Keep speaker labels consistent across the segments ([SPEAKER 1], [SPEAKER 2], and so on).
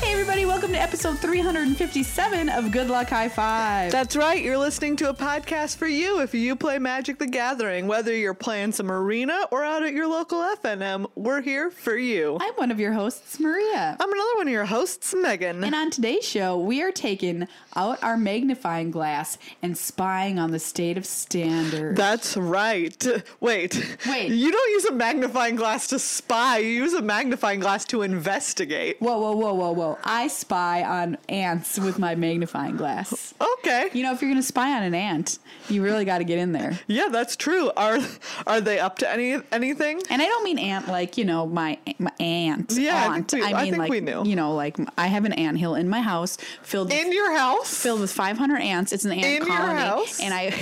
[SPEAKER 1] Hey, everybody, welcome to episode 357 of Good Luck High Five.
[SPEAKER 2] That's right. You're listening to a podcast for you if you play Magic the Gathering. Whether you're playing some arena or out at your local FNM, we're here for you.
[SPEAKER 1] I'm one of your hosts, Maria.
[SPEAKER 2] I'm another one of your hosts, Megan.
[SPEAKER 1] And on today's show, we are taking out our magnifying glass and spying on the state of standards.
[SPEAKER 2] That's right. Wait.
[SPEAKER 1] Wait.
[SPEAKER 2] You don't use a magnifying glass to spy, you use a magnifying glass to investigate.
[SPEAKER 1] whoa, whoa, whoa, whoa, whoa. I spy on ants with my magnifying glass.
[SPEAKER 2] Okay.
[SPEAKER 1] You know, if you're going to spy on an ant, you really got to get in there.
[SPEAKER 2] yeah, that's true. Are are they up to any anything?
[SPEAKER 1] And I don't mean ant like, you know, my, my aunt.
[SPEAKER 2] Yeah, I think
[SPEAKER 1] aunt.
[SPEAKER 2] we- I
[SPEAKER 1] mean
[SPEAKER 2] think
[SPEAKER 1] like,
[SPEAKER 2] we knew.
[SPEAKER 1] you know, like I have an ant hill in my house filled with
[SPEAKER 2] In your house?
[SPEAKER 1] filled with 500 ants. It's an ant
[SPEAKER 2] In your
[SPEAKER 1] colony,
[SPEAKER 2] house?
[SPEAKER 1] and I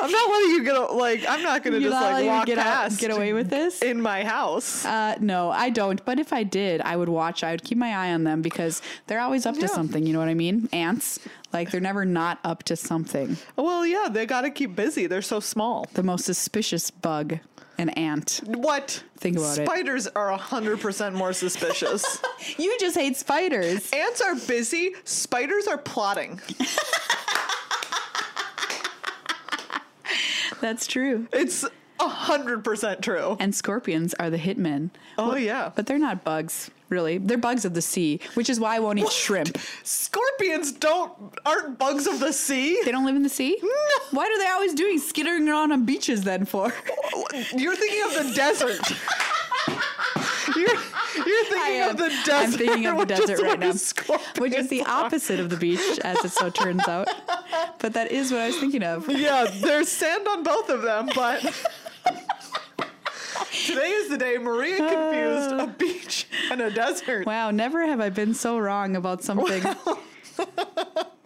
[SPEAKER 2] I'm not letting you get a- like I'm not gonna
[SPEAKER 1] you
[SPEAKER 2] just
[SPEAKER 1] thought
[SPEAKER 2] like
[SPEAKER 1] you
[SPEAKER 2] walk
[SPEAKER 1] could get out,
[SPEAKER 2] past
[SPEAKER 1] get away with this.
[SPEAKER 2] in my house.
[SPEAKER 1] Uh, no, I don't. But if I did, I would watch. I would keep my eye on them because they're always up
[SPEAKER 2] Yeah.
[SPEAKER 1] to something. You know what I mean? Ants, like they're never not up to something.
[SPEAKER 2] Well, yeah, they got to keep busy. They're so small.
[SPEAKER 1] The most suspicious bug, an ant.
[SPEAKER 2] What?
[SPEAKER 1] Think about it.
[SPEAKER 2] Spiders are hundred percent more suspicious.
[SPEAKER 1] You just hate spiders.
[SPEAKER 2] Ants are busy. Spiders are plotting.
[SPEAKER 1] That's true.
[SPEAKER 2] It's hundred percent true.
[SPEAKER 1] And scorpions are the hitmen.
[SPEAKER 2] Oh yeah.
[SPEAKER 1] But they're not bugs, really. They're bugs of the sea, which is why I won't eat shrimp.
[SPEAKER 2] Scorpions don't aren't bugs of the sea.
[SPEAKER 1] They don't live in the sea?
[SPEAKER 2] Hmm?
[SPEAKER 1] Why are they always doing skittering around on beaches then for?
[SPEAKER 2] You're thinking of the desert. You're, you're thinking
[SPEAKER 1] am.
[SPEAKER 2] of the
[SPEAKER 1] I'm
[SPEAKER 2] desert.
[SPEAKER 1] thinking of the
[SPEAKER 2] which is
[SPEAKER 1] desert right
[SPEAKER 2] where
[SPEAKER 1] now.
[SPEAKER 2] scorpions
[SPEAKER 1] Which is the
[SPEAKER 2] are.
[SPEAKER 1] opposite of the beach, as it so turns out. But that is what I was thinking of.
[SPEAKER 2] Yeah, there's sand on both of them, but today is the day Maria confused a beach and a desert.
[SPEAKER 1] Wow, never have I been so wrong about something.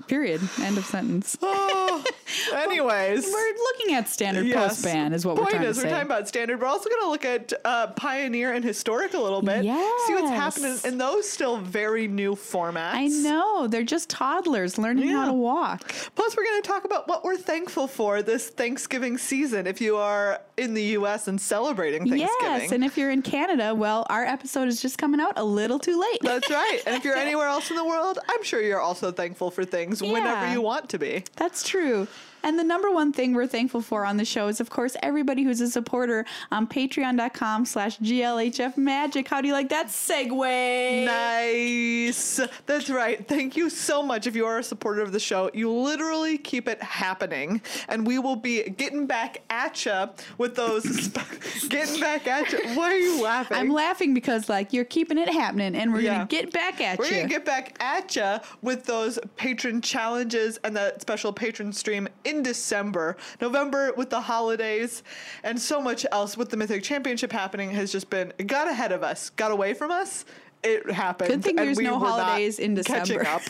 [SPEAKER 1] Period. End of sentence.
[SPEAKER 2] Oh, anyways,
[SPEAKER 1] We're looking at standard
[SPEAKER 2] yes.
[SPEAKER 1] post ban, is what we're
[SPEAKER 2] Point
[SPEAKER 1] trying
[SPEAKER 2] is,
[SPEAKER 1] to
[SPEAKER 2] we're
[SPEAKER 1] say.
[SPEAKER 2] talking about standard. We're also going to look at uh, pioneer and historic a little bit. See what's happening
[SPEAKER 1] Yes.
[SPEAKER 2] in those still very new formats.
[SPEAKER 1] I know they're just toddlers learning how
[SPEAKER 2] Yeah.
[SPEAKER 1] to walk.
[SPEAKER 2] Plus, we're going to talk about what we're thankful for this Thanksgiving season. If you are in the U.S. and celebrating Thanksgiving,
[SPEAKER 1] Yes, and if you're in Canada, well, our episode is just coming out a little too late.
[SPEAKER 2] That's right. And if you're anywhere else in the world, I'm sure you're also thankful for things whenever
[SPEAKER 1] Yeah.
[SPEAKER 2] you want to be.
[SPEAKER 1] That's true. And the number one thing we're thankful for on the show is, of course, everybody who's a supporter on patreon.com slash glhf magic. How do you like that segue?
[SPEAKER 2] Nice. That's right. Thank you so much. If you are a supporter of the show, you literally keep it happening. And we will be getting back at you with those. sp- getting back at you. Why are you laughing?
[SPEAKER 1] I'm laughing because, like, you're keeping it happening, and we're
[SPEAKER 2] Yeah.
[SPEAKER 1] going to get back at
[SPEAKER 2] We're
[SPEAKER 1] you.
[SPEAKER 2] going to get back at you with those patron challenges and that special patron stream in December. November with the holidays and so much else with the Mythic Championship happening has just been, it got ahead of us, got away from us. It happened.
[SPEAKER 1] Good thing
[SPEAKER 2] and
[SPEAKER 1] there's
[SPEAKER 2] we
[SPEAKER 1] no
[SPEAKER 2] were not
[SPEAKER 1] holidays in December.
[SPEAKER 2] Catching up.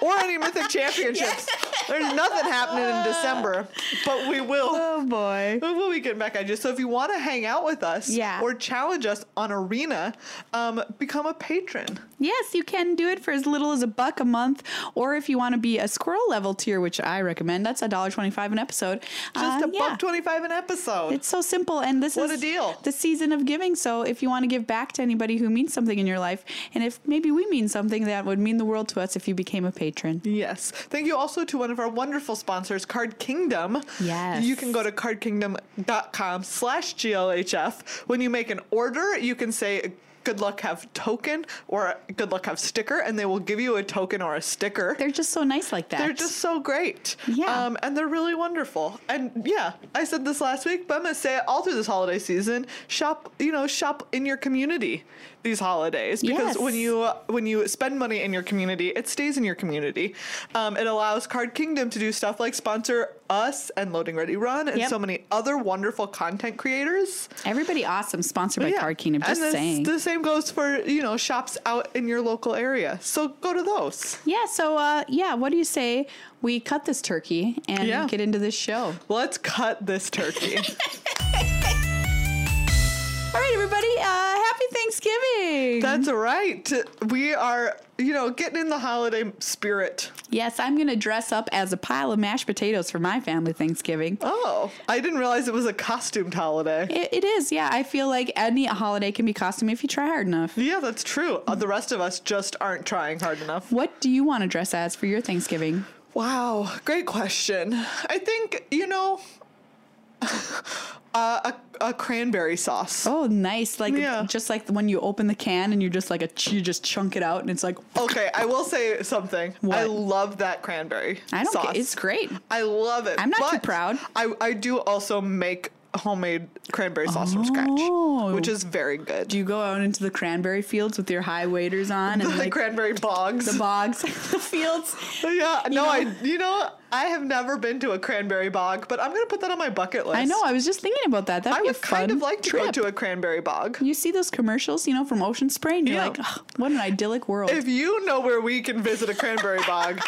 [SPEAKER 2] or any Mythic Championships. There's nothing happening in December, but we will.
[SPEAKER 1] oh, boy.
[SPEAKER 2] When will we get back at you? So if you want to hang out with us
[SPEAKER 1] Yeah.
[SPEAKER 2] or challenge us on Arena, um, become a patron.
[SPEAKER 1] Yes, you can do it for as little as a buck a month, or if you want to be a squirrel level tier, which I recommend, that's $1.25 an episode.
[SPEAKER 2] Just
[SPEAKER 1] Uh,
[SPEAKER 2] a buck twenty-five an episode.
[SPEAKER 1] It's so simple, and this is
[SPEAKER 2] What a deal.
[SPEAKER 1] The season of giving. So if you want to give back to anybody who means something in your life, and if maybe we mean something, that would mean the world to us if you became a patron.
[SPEAKER 2] yes. Thank you also to one of our wonderful sponsors, Card Kingdom.
[SPEAKER 1] Yes.
[SPEAKER 2] You can go to cardkingdom.com slash GLHF. When you make an order, you can say good luck have token or good luck have sticker, and they will give you a token or a sticker.
[SPEAKER 1] They're just so nice like that.
[SPEAKER 2] They're just so great.
[SPEAKER 1] Yeah.
[SPEAKER 2] Um, and they're really wonderful. And yeah, I said this last week, but I'm going to say it all through this holiday season. Shop, you know, shop in your community. these holidays because
[SPEAKER 1] Yes.
[SPEAKER 2] when you when you spend money in your community, it stays in your community. Um, it allows Card Kingdom to do stuff like sponsor us and Loading Ready Run and
[SPEAKER 1] Yep.
[SPEAKER 2] so many other wonderful content creators.
[SPEAKER 1] Everybody awesome, sponsored by
[SPEAKER 2] Yeah.
[SPEAKER 1] Card Kingdom. Just
[SPEAKER 2] and this-
[SPEAKER 1] saying.
[SPEAKER 2] the same goes for you know shops out in your local area. So go to those.
[SPEAKER 1] yeah. So uh, yeah, what do you say we cut this turkey and
[SPEAKER 2] Yeah.
[SPEAKER 1] get into this show?
[SPEAKER 2] Let's cut this turkey.
[SPEAKER 1] All right, everybody. Uh, happy Thanksgiving.
[SPEAKER 2] That's right. We are, you know, getting in the holiday spirit.
[SPEAKER 1] yes, I'm gonna dress up as a pile of mashed potatoes for my family Thanksgiving.
[SPEAKER 2] Oh, I didn't realize it was a costumed holiday.
[SPEAKER 1] It, it is, yeah. I feel like any holiday can be costume if you try hard enough.
[SPEAKER 2] Yeah, that's true. Uh, The rest of us just aren't trying hard enough.
[SPEAKER 1] What do you want to dress as for your Thanksgiving?
[SPEAKER 2] Wow, great question. I think, you know, uh, a, a cranberry sauce.
[SPEAKER 1] Oh, nice! Like
[SPEAKER 2] Yeah.
[SPEAKER 1] just like when you open the can and you're just like a ch- you just chunk it out and it's like
[SPEAKER 2] Okay, I will say something. I
[SPEAKER 1] What?
[SPEAKER 2] love that cranberry
[SPEAKER 1] I don't.
[SPEAKER 2] sauce.
[SPEAKER 1] Ca- it's great.
[SPEAKER 2] I love it.
[SPEAKER 1] I'm not too
[SPEAKER 2] but
[SPEAKER 1] proud.
[SPEAKER 2] I, I do also make homemade cranberry sauce from
[SPEAKER 1] Oh.
[SPEAKER 2] scratch, which is very good.
[SPEAKER 1] Do you go out into the cranberry fields with your high waders on and
[SPEAKER 2] the
[SPEAKER 1] like
[SPEAKER 2] cranberry bogs.
[SPEAKER 1] the bogs, the fields?
[SPEAKER 2] yeah, no,
[SPEAKER 1] know-
[SPEAKER 2] I you know I have never been to a cranberry bog, but I'm gonna put that on my bucket list.
[SPEAKER 1] I know. I was just thinking about that. That'd
[SPEAKER 2] I
[SPEAKER 1] be a
[SPEAKER 2] would
[SPEAKER 1] fun
[SPEAKER 2] kind of like to
[SPEAKER 1] trip.
[SPEAKER 2] go to a cranberry bog.
[SPEAKER 1] you see those commercials, you know, from Ocean Spray, and you're
[SPEAKER 2] Yeah.
[SPEAKER 1] like, "Ugh, what an idyllic world.
[SPEAKER 2] If you know where we can visit a cranberry bog,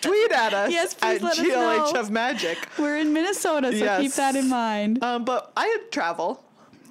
[SPEAKER 2] tweet at us
[SPEAKER 1] Yes, please
[SPEAKER 2] at
[SPEAKER 1] let us
[SPEAKER 2] GLH
[SPEAKER 1] know.
[SPEAKER 2] of Magic.
[SPEAKER 1] We're in Minnesota, so keep
[SPEAKER 2] Yes.
[SPEAKER 1] that in mind.
[SPEAKER 2] Um, but I'd travel.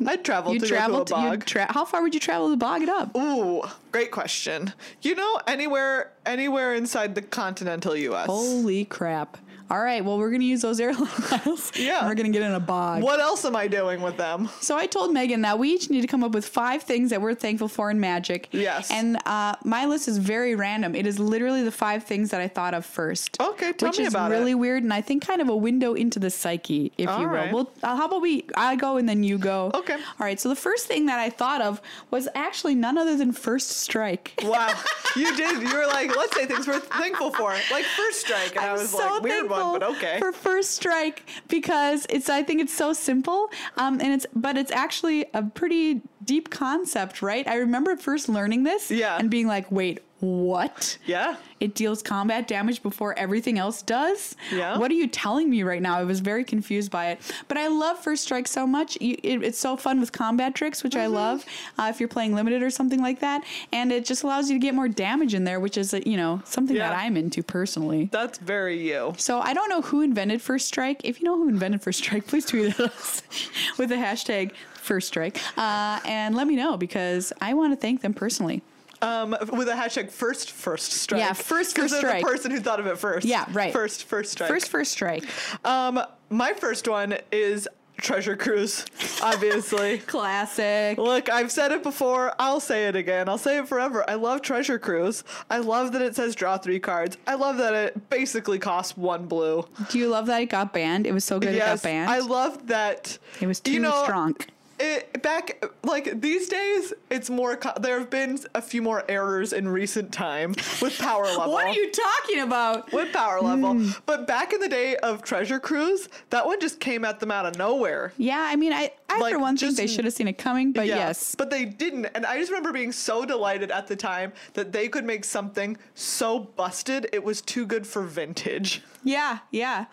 [SPEAKER 2] I'd travel
[SPEAKER 1] you
[SPEAKER 2] to
[SPEAKER 1] travel
[SPEAKER 2] go to a
[SPEAKER 1] to, you
[SPEAKER 2] bog.
[SPEAKER 1] tra- how far would you travel to bog it up?
[SPEAKER 2] Ooh, great question. You know, anywhere anywhere inside the continental US.
[SPEAKER 1] Holy crap. All right, well, we're going to use those airline miles. and
[SPEAKER 2] Yeah.
[SPEAKER 1] we're going to get in a bog.
[SPEAKER 2] What else am I doing with them?
[SPEAKER 1] So I told Megan that we each need to come up with five things that we're thankful for in magic.
[SPEAKER 2] Yes.
[SPEAKER 1] And uh, my list is very random. It is literally the five things that I thought of first.
[SPEAKER 2] Okay, tell
[SPEAKER 1] which
[SPEAKER 2] me
[SPEAKER 1] is
[SPEAKER 2] about
[SPEAKER 1] really
[SPEAKER 2] it.
[SPEAKER 1] weird, and I think kind of a window into the psyche, if
[SPEAKER 2] All
[SPEAKER 1] you will.
[SPEAKER 2] right.
[SPEAKER 1] Well, uh, how about we? I go and then you go.
[SPEAKER 2] Okay.
[SPEAKER 1] All right. So the first thing that I thought of was actually none other than First Strike.
[SPEAKER 2] Wow, you did. You were like, let's say things we're thankful for, like first strike, and i was like, weird one, but okay.
[SPEAKER 1] for first strike because it's I think it's so simple, um, and it's but it's actually a pretty deep concept, right? I remember first learning this,
[SPEAKER 2] Yeah.
[SPEAKER 1] and being like, wait, what?
[SPEAKER 2] yeah,
[SPEAKER 1] It deals combat damage before everything else does.
[SPEAKER 2] Yeah.
[SPEAKER 1] What are you telling me right now? I was very confused by it. But I love First Strike so much. You- it- it's so fun with combat tricks, which
[SPEAKER 2] Mm-hmm.
[SPEAKER 1] I love uh, if you're playing limited or something like that. And it just allows you to get more damage in there, which is, uh, you know, something that
[SPEAKER 2] Yeah.
[SPEAKER 1] I'm into personally.
[SPEAKER 2] that's very you.
[SPEAKER 1] So I don't know who invented First Strike. If you know who invented First Strike, please tweet at us with the hashtag First Strike uh, and let me know because I want to thank them personally.
[SPEAKER 2] Um, with a hashtag first first strike.
[SPEAKER 1] Yeah, first,
[SPEAKER 2] 'Cause
[SPEAKER 1] first
[SPEAKER 2] they're
[SPEAKER 1] strike.
[SPEAKER 2] The person who thought of it first.
[SPEAKER 1] Yeah, right.
[SPEAKER 2] First first strike.
[SPEAKER 1] First, First Strike.
[SPEAKER 2] Um, my first one is treasure cruise, obviously.
[SPEAKER 1] Classic.
[SPEAKER 2] Look, I've said it before. I'll say it again. I'll say it forever. I love Treasure Cruise. I love that it says draw three cards. I love that it basically costs one blue.
[SPEAKER 1] Do you love that it got banned? It was so good it got
[SPEAKER 2] yes,
[SPEAKER 1] banned.
[SPEAKER 2] I love that.
[SPEAKER 1] it was too
[SPEAKER 2] you know,
[SPEAKER 1] strong.
[SPEAKER 2] It, back like these days, it's more. Co- there have been a few more errors in recent time with power level.
[SPEAKER 1] What are you Hmm. talking about?
[SPEAKER 2] With power level, but back in the day of Treasure Cruise, that one just came at them out of nowhere.
[SPEAKER 1] Yeah, I mean, I, I
[SPEAKER 2] Like,
[SPEAKER 1] for one think
[SPEAKER 2] just-
[SPEAKER 1] they should have seen it coming, but yes.
[SPEAKER 2] But they didn't. And I just remember being so delighted at the time that they could make something so busted it was too good for vintage.
[SPEAKER 1] Yeah, yeah.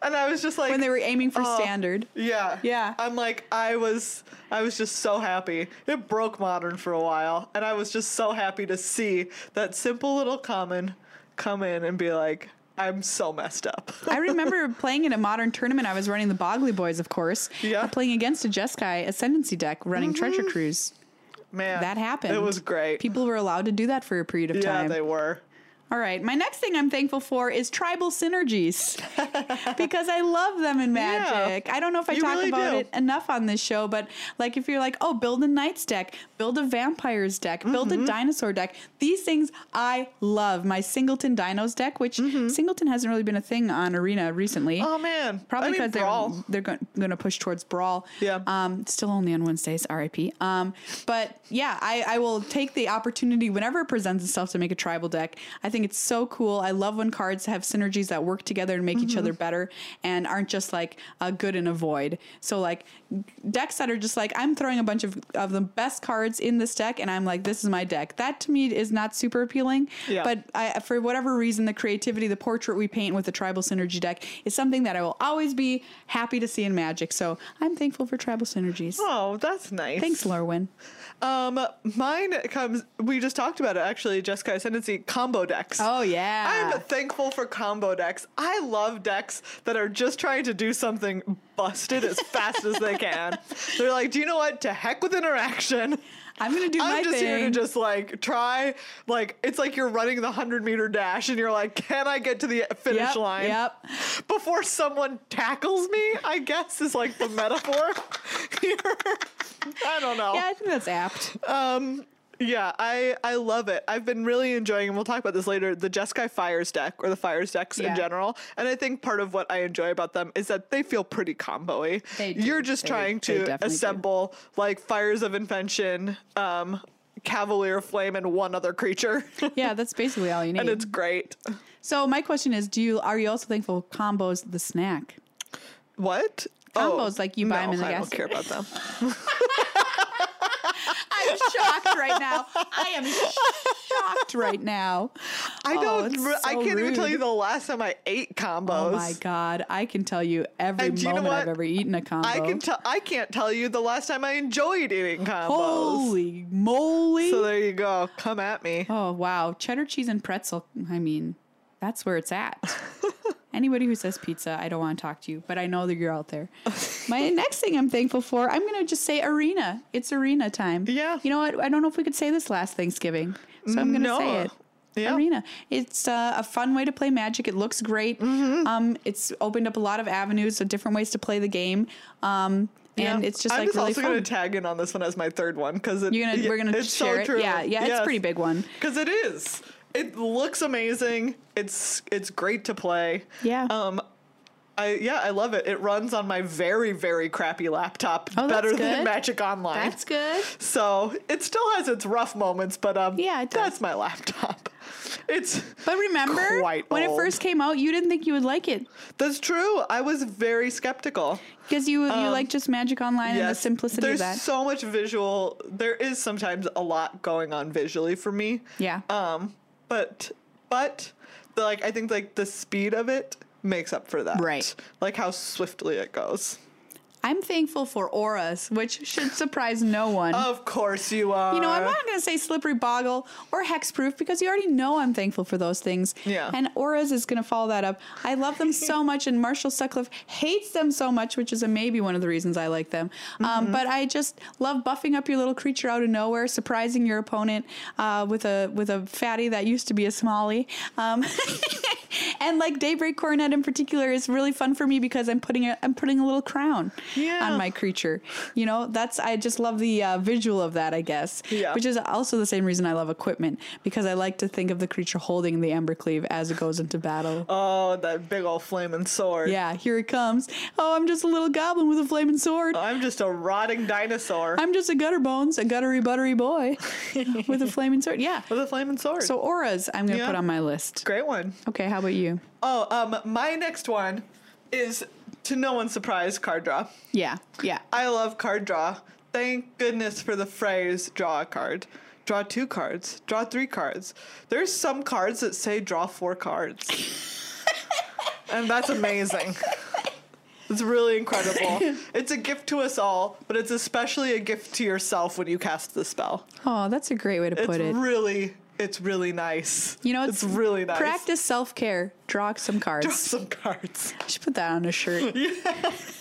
[SPEAKER 2] And I was just like
[SPEAKER 1] When they were aiming for
[SPEAKER 2] oh,
[SPEAKER 1] standard.
[SPEAKER 2] Yeah.
[SPEAKER 1] Yeah.
[SPEAKER 2] I'm like I was I was just so happy. It broke modern for a while and I was just so happy to see that simple little common come in and be like I'm so messed up.
[SPEAKER 1] I remember playing in a modern tournament. I was running the Bogley Boys, of course. uh,
[SPEAKER 2] Yeah.
[SPEAKER 1] Playing against a Jeskai Ascendancy deck running Treasure Cruise.
[SPEAKER 2] Man.
[SPEAKER 1] That happened.
[SPEAKER 2] It was great.
[SPEAKER 1] People were allowed to do that for a period of
[SPEAKER 2] yeah,
[SPEAKER 1] time.
[SPEAKER 2] they were.
[SPEAKER 1] All right. My next thing I'm thankful for is tribal synergies because I love them in magic. I don't know if I
[SPEAKER 2] You
[SPEAKER 1] talk
[SPEAKER 2] really
[SPEAKER 1] about
[SPEAKER 2] do.
[SPEAKER 1] it enough on this show, but like if you're like, oh, build a knight's deck, build a vampire's deck, build
[SPEAKER 2] Mm-hmm.
[SPEAKER 1] a dinosaur deck, these things I love. My Singleton Dinos deck, which Singleton hasn't really been a thing on Arena recently.
[SPEAKER 2] Mm-hmm. Oh man.
[SPEAKER 1] Probably
[SPEAKER 2] I mean,
[SPEAKER 1] because
[SPEAKER 2] Brawl.
[SPEAKER 1] they're they're going to push towards brawl.
[SPEAKER 2] Yeah.
[SPEAKER 1] Um, still only on Wednesdays, R.I.P. Um, but yeah, I I will take the opportunity whenever it presents itself to make a tribal deck. I think think it's so cool. I love when cards have synergies that work together and make
[SPEAKER 2] Mm-hmm.
[SPEAKER 1] each other better and aren't just like a good and a void. So like decks that are just like I'm throwing a bunch of of the best cards in this deck and I'm like this is my deck. That to me is not super appealing.
[SPEAKER 2] Yeah.
[SPEAKER 1] But I, for whatever reason, the creativity, the portrait we paint with the tribal synergy deck is something that I will always be happy to see in Magic. So I'm thankful for tribal synergies.
[SPEAKER 2] Oh, that's nice.
[SPEAKER 1] Thanks, Lorwyn.
[SPEAKER 2] Um, mine comes. We just talked about it actually, Jessica. Ascendancy combo decks.
[SPEAKER 1] Oh yeah.
[SPEAKER 2] I'm thankful for combo decks. I love decks that are just trying to do something busted as fast as they can. They're like, do you know what? To heck with interaction.
[SPEAKER 1] I'm gonna do my
[SPEAKER 2] I'm just
[SPEAKER 1] thing.
[SPEAKER 2] here to just like try. Like it's like you're running the hundred meter dash, and you're like, can I get to the finish
[SPEAKER 1] yep,
[SPEAKER 2] line?
[SPEAKER 1] Yep.
[SPEAKER 2] before someone tackles me, I guess is like the metaphor here. I don't know.
[SPEAKER 1] Yeah, I think that's apt.
[SPEAKER 2] Um yeah, I I love it. I've been really enjoying and we'll talk about this later, the Jeskai Fires deck or the Fires decks
[SPEAKER 1] Yeah.
[SPEAKER 2] in general. And I think part of what I enjoy about them is that they feel pretty combo-y.
[SPEAKER 1] They do.
[SPEAKER 2] You're just
[SPEAKER 1] They-
[SPEAKER 2] trying
[SPEAKER 1] they
[SPEAKER 2] to
[SPEAKER 1] definitely do.
[SPEAKER 2] assemble like Fires of Invention, um Cavalier Flame and one other creature.
[SPEAKER 1] Yeah, that's basically all you
[SPEAKER 2] and
[SPEAKER 1] need.
[SPEAKER 2] it's great.
[SPEAKER 1] So my question is, do you are you also thankful for combos the snack?
[SPEAKER 2] What? Oh,
[SPEAKER 1] Combos, like you buy 'em in the
[SPEAKER 2] I
[SPEAKER 1] gas
[SPEAKER 2] don't care about them.
[SPEAKER 1] I'm shocked right now. I am shocked right now.
[SPEAKER 2] I
[SPEAKER 1] Oh,
[SPEAKER 2] don't.
[SPEAKER 1] it's
[SPEAKER 2] re- I
[SPEAKER 1] so
[SPEAKER 2] can't even tell you
[SPEAKER 1] rude.
[SPEAKER 2] the last time I ate combos.
[SPEAKER 1] Oh my god, I can tell you every
[SPEAKER 2] And do you know
[SPEAKER 1] moment I've
[SPEAKER 2] what?
[SPEAKER 1] ever eaten a combo.
[SPEAKER 2] I can tell. I can't tell you the last time I enjoyed eating combos.
[SPEAKER 1] Holy moly!
[SPEAKER 2] So there you go. Come at me.
[SPEAKER 1] oh wow, cheddar cheese and pretzel. I mean, that's where it's at. Anybody who says pizza, I don't want to talk to you, but I know that you're out there. My next thing I'm thankful for, I'm going to just say arena. It's arena time.
[SPEAKER 2] Yeah.
[SPEAKER 1] You know what? I don't know if we could say this last Thanksgiving, so I'm going to say
[SPEAKER 2] No.
[SPEAKER 1] it.
[SPEAKER 2] Yeah.
[SPEAKER 1] Arena. It's uh, a fun way to play Magic. It looks great.
[SPEAKER 2] Mm-hmm.
[SPEAKER 1] Um, it's opened up a lot of avenues, of different ways to play the game. Um, and
[SPEAKER 2] Yeah.
[SPEAKER 1] it's just
[SPEAKER 2] I'm
[SPEAKER 1] like
[SPEAKER 2] just
[SPEAKER 1] really
[SPEAKER 2] also
[SPEAKER 1] fun.
[SPEAKER 2] gonna tag in on this one as my third one because
[SPEAKER 1] You're gonna- we're gonna share it? Yeah, yeah, it's a pretty big one.
[SPEAKER 2] because it is. It looks amazing. It's it's great to play.
[SPEAKER 1] Yeah.
[SPEAKER 2] Um, I yeah I love it. It runs on my very very crappy laptop.
[SPEAKER 1] Oh, that's
[SPEAKER 2] better than
[SPEAKER 1] good.
[SPEAKER 2] Magic Online.
[SPEAKER 1] That's good.
[SPEAKER 2] So it still has its rough moments, but um,
[SPEAKER 1] Yeah, it does.
[SPEAKER 2] that's my laptop. It's
[SPEAKER 1] But remember,
[SPEAKER 2] Quite
[SPEAKER 1] when it
[SPEAKER 2] old.
[SPEAKER 1] first came out, you didn't think you would like it
[SPEAKER 2] that's true. I was very skeptical.
[SPEAKER 1] because you you like just Magic Online and the simplicity
[SPEAKER 2] Um, there's
[SPEAKER 1] of that.
[SPEAKER 2] so much visual. There is sometimes a lot going on visually for me.
[SPEAKER 1] yeah.
[SPEAKER 2] Um, but but the, like I think like the speed of it makes up for that.
[SPEAKER 1] Right.
[SPEAKER 2] Like how swiftly it goes.
[SPEAKER 1] I'm thankful for auras, which should surprise no one.
[SPEAKER 2] Of course you are.
[SPEAKER 1] you know, I'm not going to say slippery boggle or hexproof because you already know I'm thankful for those things.
[SPEAKER 2] Yeah.
[SPEAKER 1] And auras is going to follow that up. I love them so much, and Marshall Sutcliffe hates them so much, which is a maybe one of the reasons I like them. Um,
[SPEAKER 2] Mm-hmm.
[SPEAKER 1] but I just love buffing up your little creature out of nowhere, surprising your opponent uh, with a with a fatty that used to be a smallie. Um, And like Daybreak Coronet in particular is really fun for me because I'm putting a, I'm putting a little crown
[SPEAKER 2] Yeah.
[SPEAKER 1] on my creature. You know, that's I just love the uh, visual of that, I guess.
[SPEAKER 2] Yeah.
[SPEAKER 1] Which is also the same reason I love equipment because I like to think of the creature holding the Ember Cleave as it goes into battle.
[SPEAKER 2] Oh, that big old flaming sword.
[SPEAKER 1] Yeah, here it comes. Oh, I'm just a little goblin with a flaming sword.
[SPEAKER 2] I'm just a rotting dinosaur
[SPEAKER 1] I'm just a gutter bones, a guttery buttery boy with a flaming sword. Yeah.
[SPEAKER 2] with a flaming sword.
[SPEAKER 1] So auras, I'm gonna
[SPEAKER 2] Yeah.
[SPEAKER 1] put on my list.
[SPEAKER 2] Great one.
[SPEAKER 1] Okay, how about you?
[SPEAKER 2] Oh, um, my next one is to no one's surprise card draw.
[SPEAKER 1] Yeah, yeah.
[SPEAKER 2] I love card draw. Thank goodness for the phrase draw a card. Draw two cards. Draw three cards. There's some cards that say draw four cards. and that's amazing. It's really incredible. It's a gift to us all, but it's especially a gift to yourself when you cast the spell.
[SPEAKER 1] Oh, that's a great way to
[SPEAKER 2] It's
[SPEAKER 1] put it.
[SPEAKER 2] really it's really nice.
[SPEAKER 1] You know,
[SPEAKER 2] it's, really nice.
[SPEAKER 1] Practice self care. Draw some cards.
[SPEAKER 2] Draw some cards.
[SPEAKER 1] I should put that on a shirt.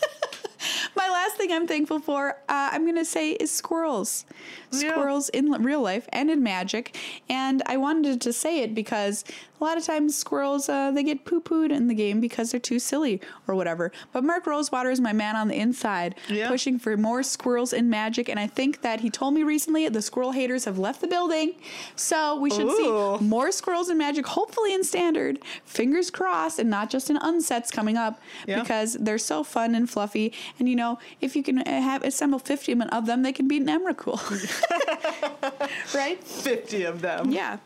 [SPEAKER 1] My last thing I'm thankful for, uh, I'm going to say, is squirrels.
[SPEAKER 2] Yeah.
[SPEAKER 1] Squirrels in l- real life and in magic. And I wanted to say it because a lot of times squirrels, uh, they get poo pooed in the game because they're too silly or whatever. But Mark Rosewater is my man on the inside,
[SPEAKER 2] Yeah.
[SPEAKER 1] pushing for more squirrels in magic. And I think that he told me recently the squirrel haters have left the building. So we should
[SPEAKER 2] Ooh.
[SPEAKER 1] see more squirrels in magic, hopefully in standard. Fingers crossed, and not just in unsets coming up
[SPEAKER 2] Yeah.
[SPEAKER 1] because they're so fun and fluffy. And you know, if you can uh, have assemble 50 of them, they can beat an Emrakul. right?
[SPEAKER 2] Fifty of them.
[SPEAKER 1] Yeah.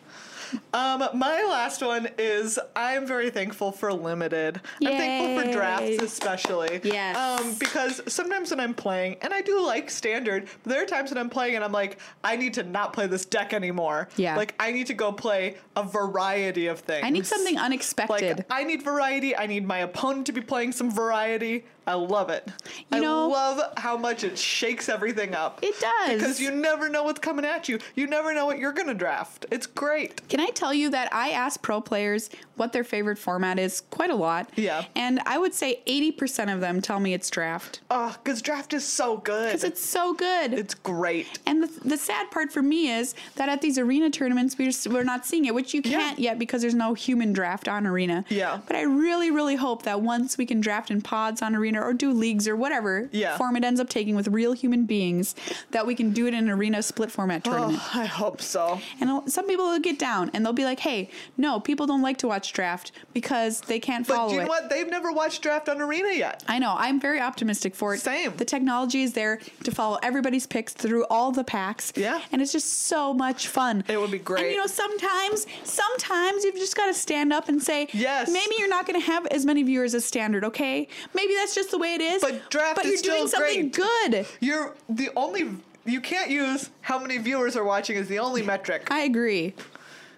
[SPEAKER 2] Um, my last one is I'm very thankful for limited. I'm thankful for
[SPEAKER 1] Yay.
[SPEAKER 2] drafts especially.
[SPEAKER 3] Yes.
[SPEAKER 2] Um, because sometimes when I'm playing, and I do like standard, but there are times when I'm playing and I'm like, I need to not play this deck anymore.
[SPEAKER 1] Yeah.
[SPEAKER 2] Like I need to go play a variety of things.
[SPEAKER 1] I need something
[SPEAKER 2] Like
[SPEAKER 1] unexpected.
[SPEAKER 2] I need variety. I need my opponent to be playing some variety. I love it.
[SPEAKER 1] You
[SPEAKER 2] I
[SPEAKER 1] know-
[SPEAKER 2] love how much it shakes everything up.
[SPEAKER 1] It does.
[SPEAKER 2] because you never know what's coming at you. You never know what you're gonna draft. It's great.
[SPEAKER 1] Can I tell you that I ask pro players what their favorite format is quite a lot?
[SPEAKER 2] Yeah.
[SPEAKER 1] And I would say 80% of them tell me it's draft
[SPEAKER 2] Oh, because draft is so good.
[SPEAKER 1] because it's so good.
[SPEAKER 2] it's great.
[SPEAKER 1] and the, the sad part for me is that at these arena tournaments, we're, s- we're not seeing it, which you
[SPEAKER 2] Yeah.
[SPEAKER 1] can't yet because there's no human draft on arena.
[SPEAKER 2] Yeah.
[SPEAKER 1] But I really, really hope that once we can draft in pods on arena or do leagues or whatever
[SPEAKER 2] Yeah.
[SPEAKER 1] form it ends up taking with real human beings, that we can do it in an arena split format tournament.
[SPEAKER 2] Oh, I hope so.
[SPEAKER 1] And I'll- some people will get down and they'll be like, hey, no, people don't like to watch draft because they can't
[SPEAKER 2] But
[SPEAKER 1] follow
[SPEAKER 2] do you
[SPEAKER 1] it.
[SPEAKER 2] know what? They've never watched draft on arena yet.
[SPEAKER 1] I know. I'm very optimistic for it.
[SPEAKER 2] Same.
[SPEAKER 1] The technology is there to follow everybody's picks through all the packs.
[SPEAKER 2] Yeah.
[SPEAKER 1] And it's just so much fun.
[SPEAKER 2] It would be
[SPEAKER 1] And you
[SPEAKER 2] great.
[SPEAKER 1] know, sometimes, sometimes you've just got to stand up and say,
[SPEAKER 2] Yes.
[SPEAKER 1] Maybe you're not going to have as many viewers as standard. Okay. Maybe that's just the way it is.
[SPEAKER 2] But draft
[SPEAKER 1] But
[SPEAKER 2] is
[SPEAKER 1] you're doing
[SPEAKER 2] still
[SPEAKER 1] something
[SPEAKER 2] great.
[SPEAKER 1] good.
[SPEAKER 2] You're the only. You can't use how many viewers are watching as the only metric.
[SPEAKER 1] I agree.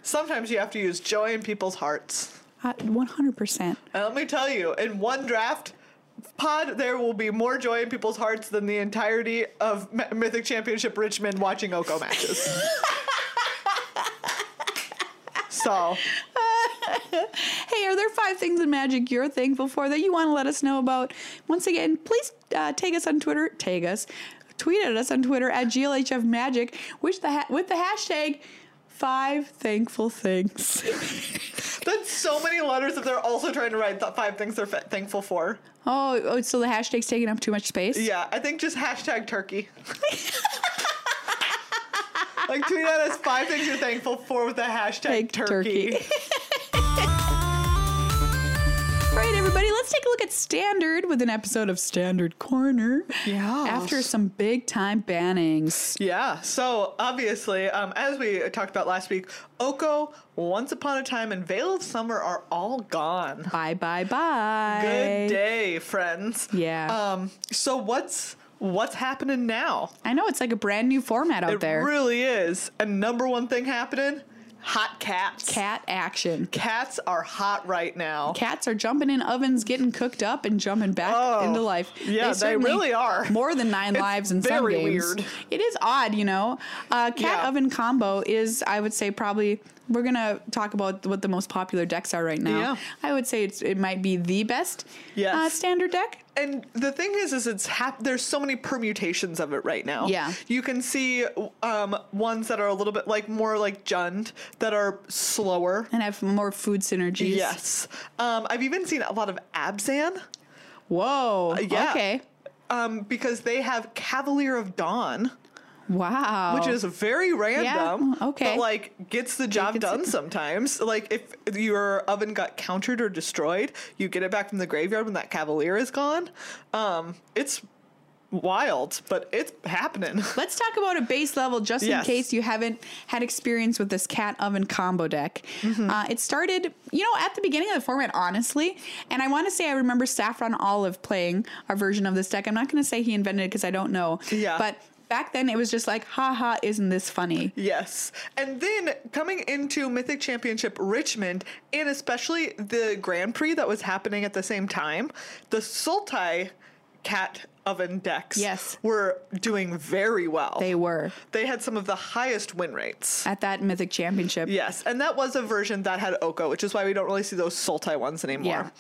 [SPEAKER 2] Sometimes you have to use joy in people's hearts.
[SPEAKER 1] Uh, 100%.
[SPEAKER 2] And let me tell you, in one draft pod, there will be more joy in people's hearts than the entirety of M- Mythic Championship Richmond watching Oko matches. so,
[SPEAKER 1] Hey, are there five things in magic you're thankful for that you want to let us know about? Once again, please uh, tag us on Twitter. Tag us. Tweet at us on Twitter at GLHF Magic with the, ha- with the hashtag five thankful things.
[SPEAKER 2] that's so many letters that they're also trying to write th- five things they're fa- thankful for.
[SPEAKER 1] oh, oh, so the hashtag's taking up too much space?
[SPEAKER 2] Yeah, I think just hashtag turkey. like, tweet at us five things you're thankful for with the hashtag
[SPEAKER 1] Thank turkey.
[SPEAKER 2] turkey.
[SPEAKER 1] All right, everybody, let's take a look at Standard with an episode of Standard Corner.
[SPEAKER 2] Yes.
[SPEAKER 1] After some big time bannings.
[SPEAKER 2] Yeah. So obviously, um, as we talked about last week, Oko, Once Upon a Time, and Veil of Summer are all gone.
[SPEAKER 1] Bye, bye, bye.
[SPEAKER 2] Good day, friends.
[SPEAKER 1] Yeah.
[SPEAKER 2] Um. So what's what's happening now?
[SPEAKER 1] I know it's like a brand new format out
[SPEAKER 2] it
[SPEAKER 1] there.
[SPEAKER 2] really is. And number one thing happening: hot cats.
[SPEAKER 1] Cat action.
[SPEAKER 2] Cats are hot right now.
[SPEAKER 1] Cats are jumping in ovens, getting cooked up, and jumping back
[SPEAKER 2] Oh,
[SPEAKER 1] into life.
[SPEAKER 2] yeah, they
[SPEAKER 1] certainly-
[SPEAKER 2] really are.
[SPEAKER 1] More than nine
[SPEAKER 2] It's
[SPEAKER 1] lives in
[SPEAKER 2] very
[SPEAKER 1] some games.
[SPEAKER 2] weird.
[SPEAKER 1] It is odd, you know. Uh, cat
[SPEAKER 2] Yeah.
[SPEAKER 1] oven combo is, I would say, probably. We're gonna talk about what the most popular decks are right now.
[SPEAKER 2] Yeah.
[SPEAKER 1] I would say it's, it might be the best
[SPEAKER 2] Yes.
[SPEAKER 1] uh, standard deck.
[SPEAKER 2] and the thing is is it's hap- there's so many permutations of it right now
[SPEAKER 1] Yeah.
[SPEAKER 2] you can see um, ones that are a little bit like more like jund that are slower
[SPEAKER 1] And have more food synergies.
[SPEAKER 2] yes um, i've even seen a lot of abzan
[SPEAKER 1] Whoa.
[SPEAKER 2] Uh, yeah.
[SPEAKER 1] Okay.
[SPEAKER 2] um, because they have cavalier of dawn
[SPEAKER 1] Wow.
[SPEAKER 2] which is very random.
[SPEAKER 1] mm, okay.
[SPEAKER 2] But like gets the job
[SPEAKER 1] can
[SPEAKER 2] done sometimes. Like if your oven got countered or destroyed, you get it back from the graveyard when that cavalier is gone. Um, it's wild, but it's happening.
[SPEAKER 1] Let's talk about a base level just in
[SPEAKER 2] Yes.
[SPEAKER 1] case you haven't had experience with this cat oven combo deck.
[SPEAKER 2] Mm-hmm.
[SPEAKER 1] Uh, it started, you know, at the beginning of the format, honestly. And I want to say I remember Saffron Olive playing a version of this deck. I'm not going to say he invented it because I don't know.
[SPEAKER 2] Yeah.
[SPEAKER 1] But back then it was just like, haha, isn't this funny?
[SPEAKER 2] Yes. And then coming into Mythic Championship Richmond, and especially the Grand Prix that was happening at the same time, the Sultai cat oven decks
[SPEAKER 1] Yes.
[SPEAKER 2] were doing very well.
[SPEAKER 1] They were
[SPEAKER 2] they had some of the highest win rates.
[SPEAKER 1] at that Mythic Championship.
[SPEAKER 2] Yes, and that was a version that had Oko, which is why we don't really see those Sultai ones anymore.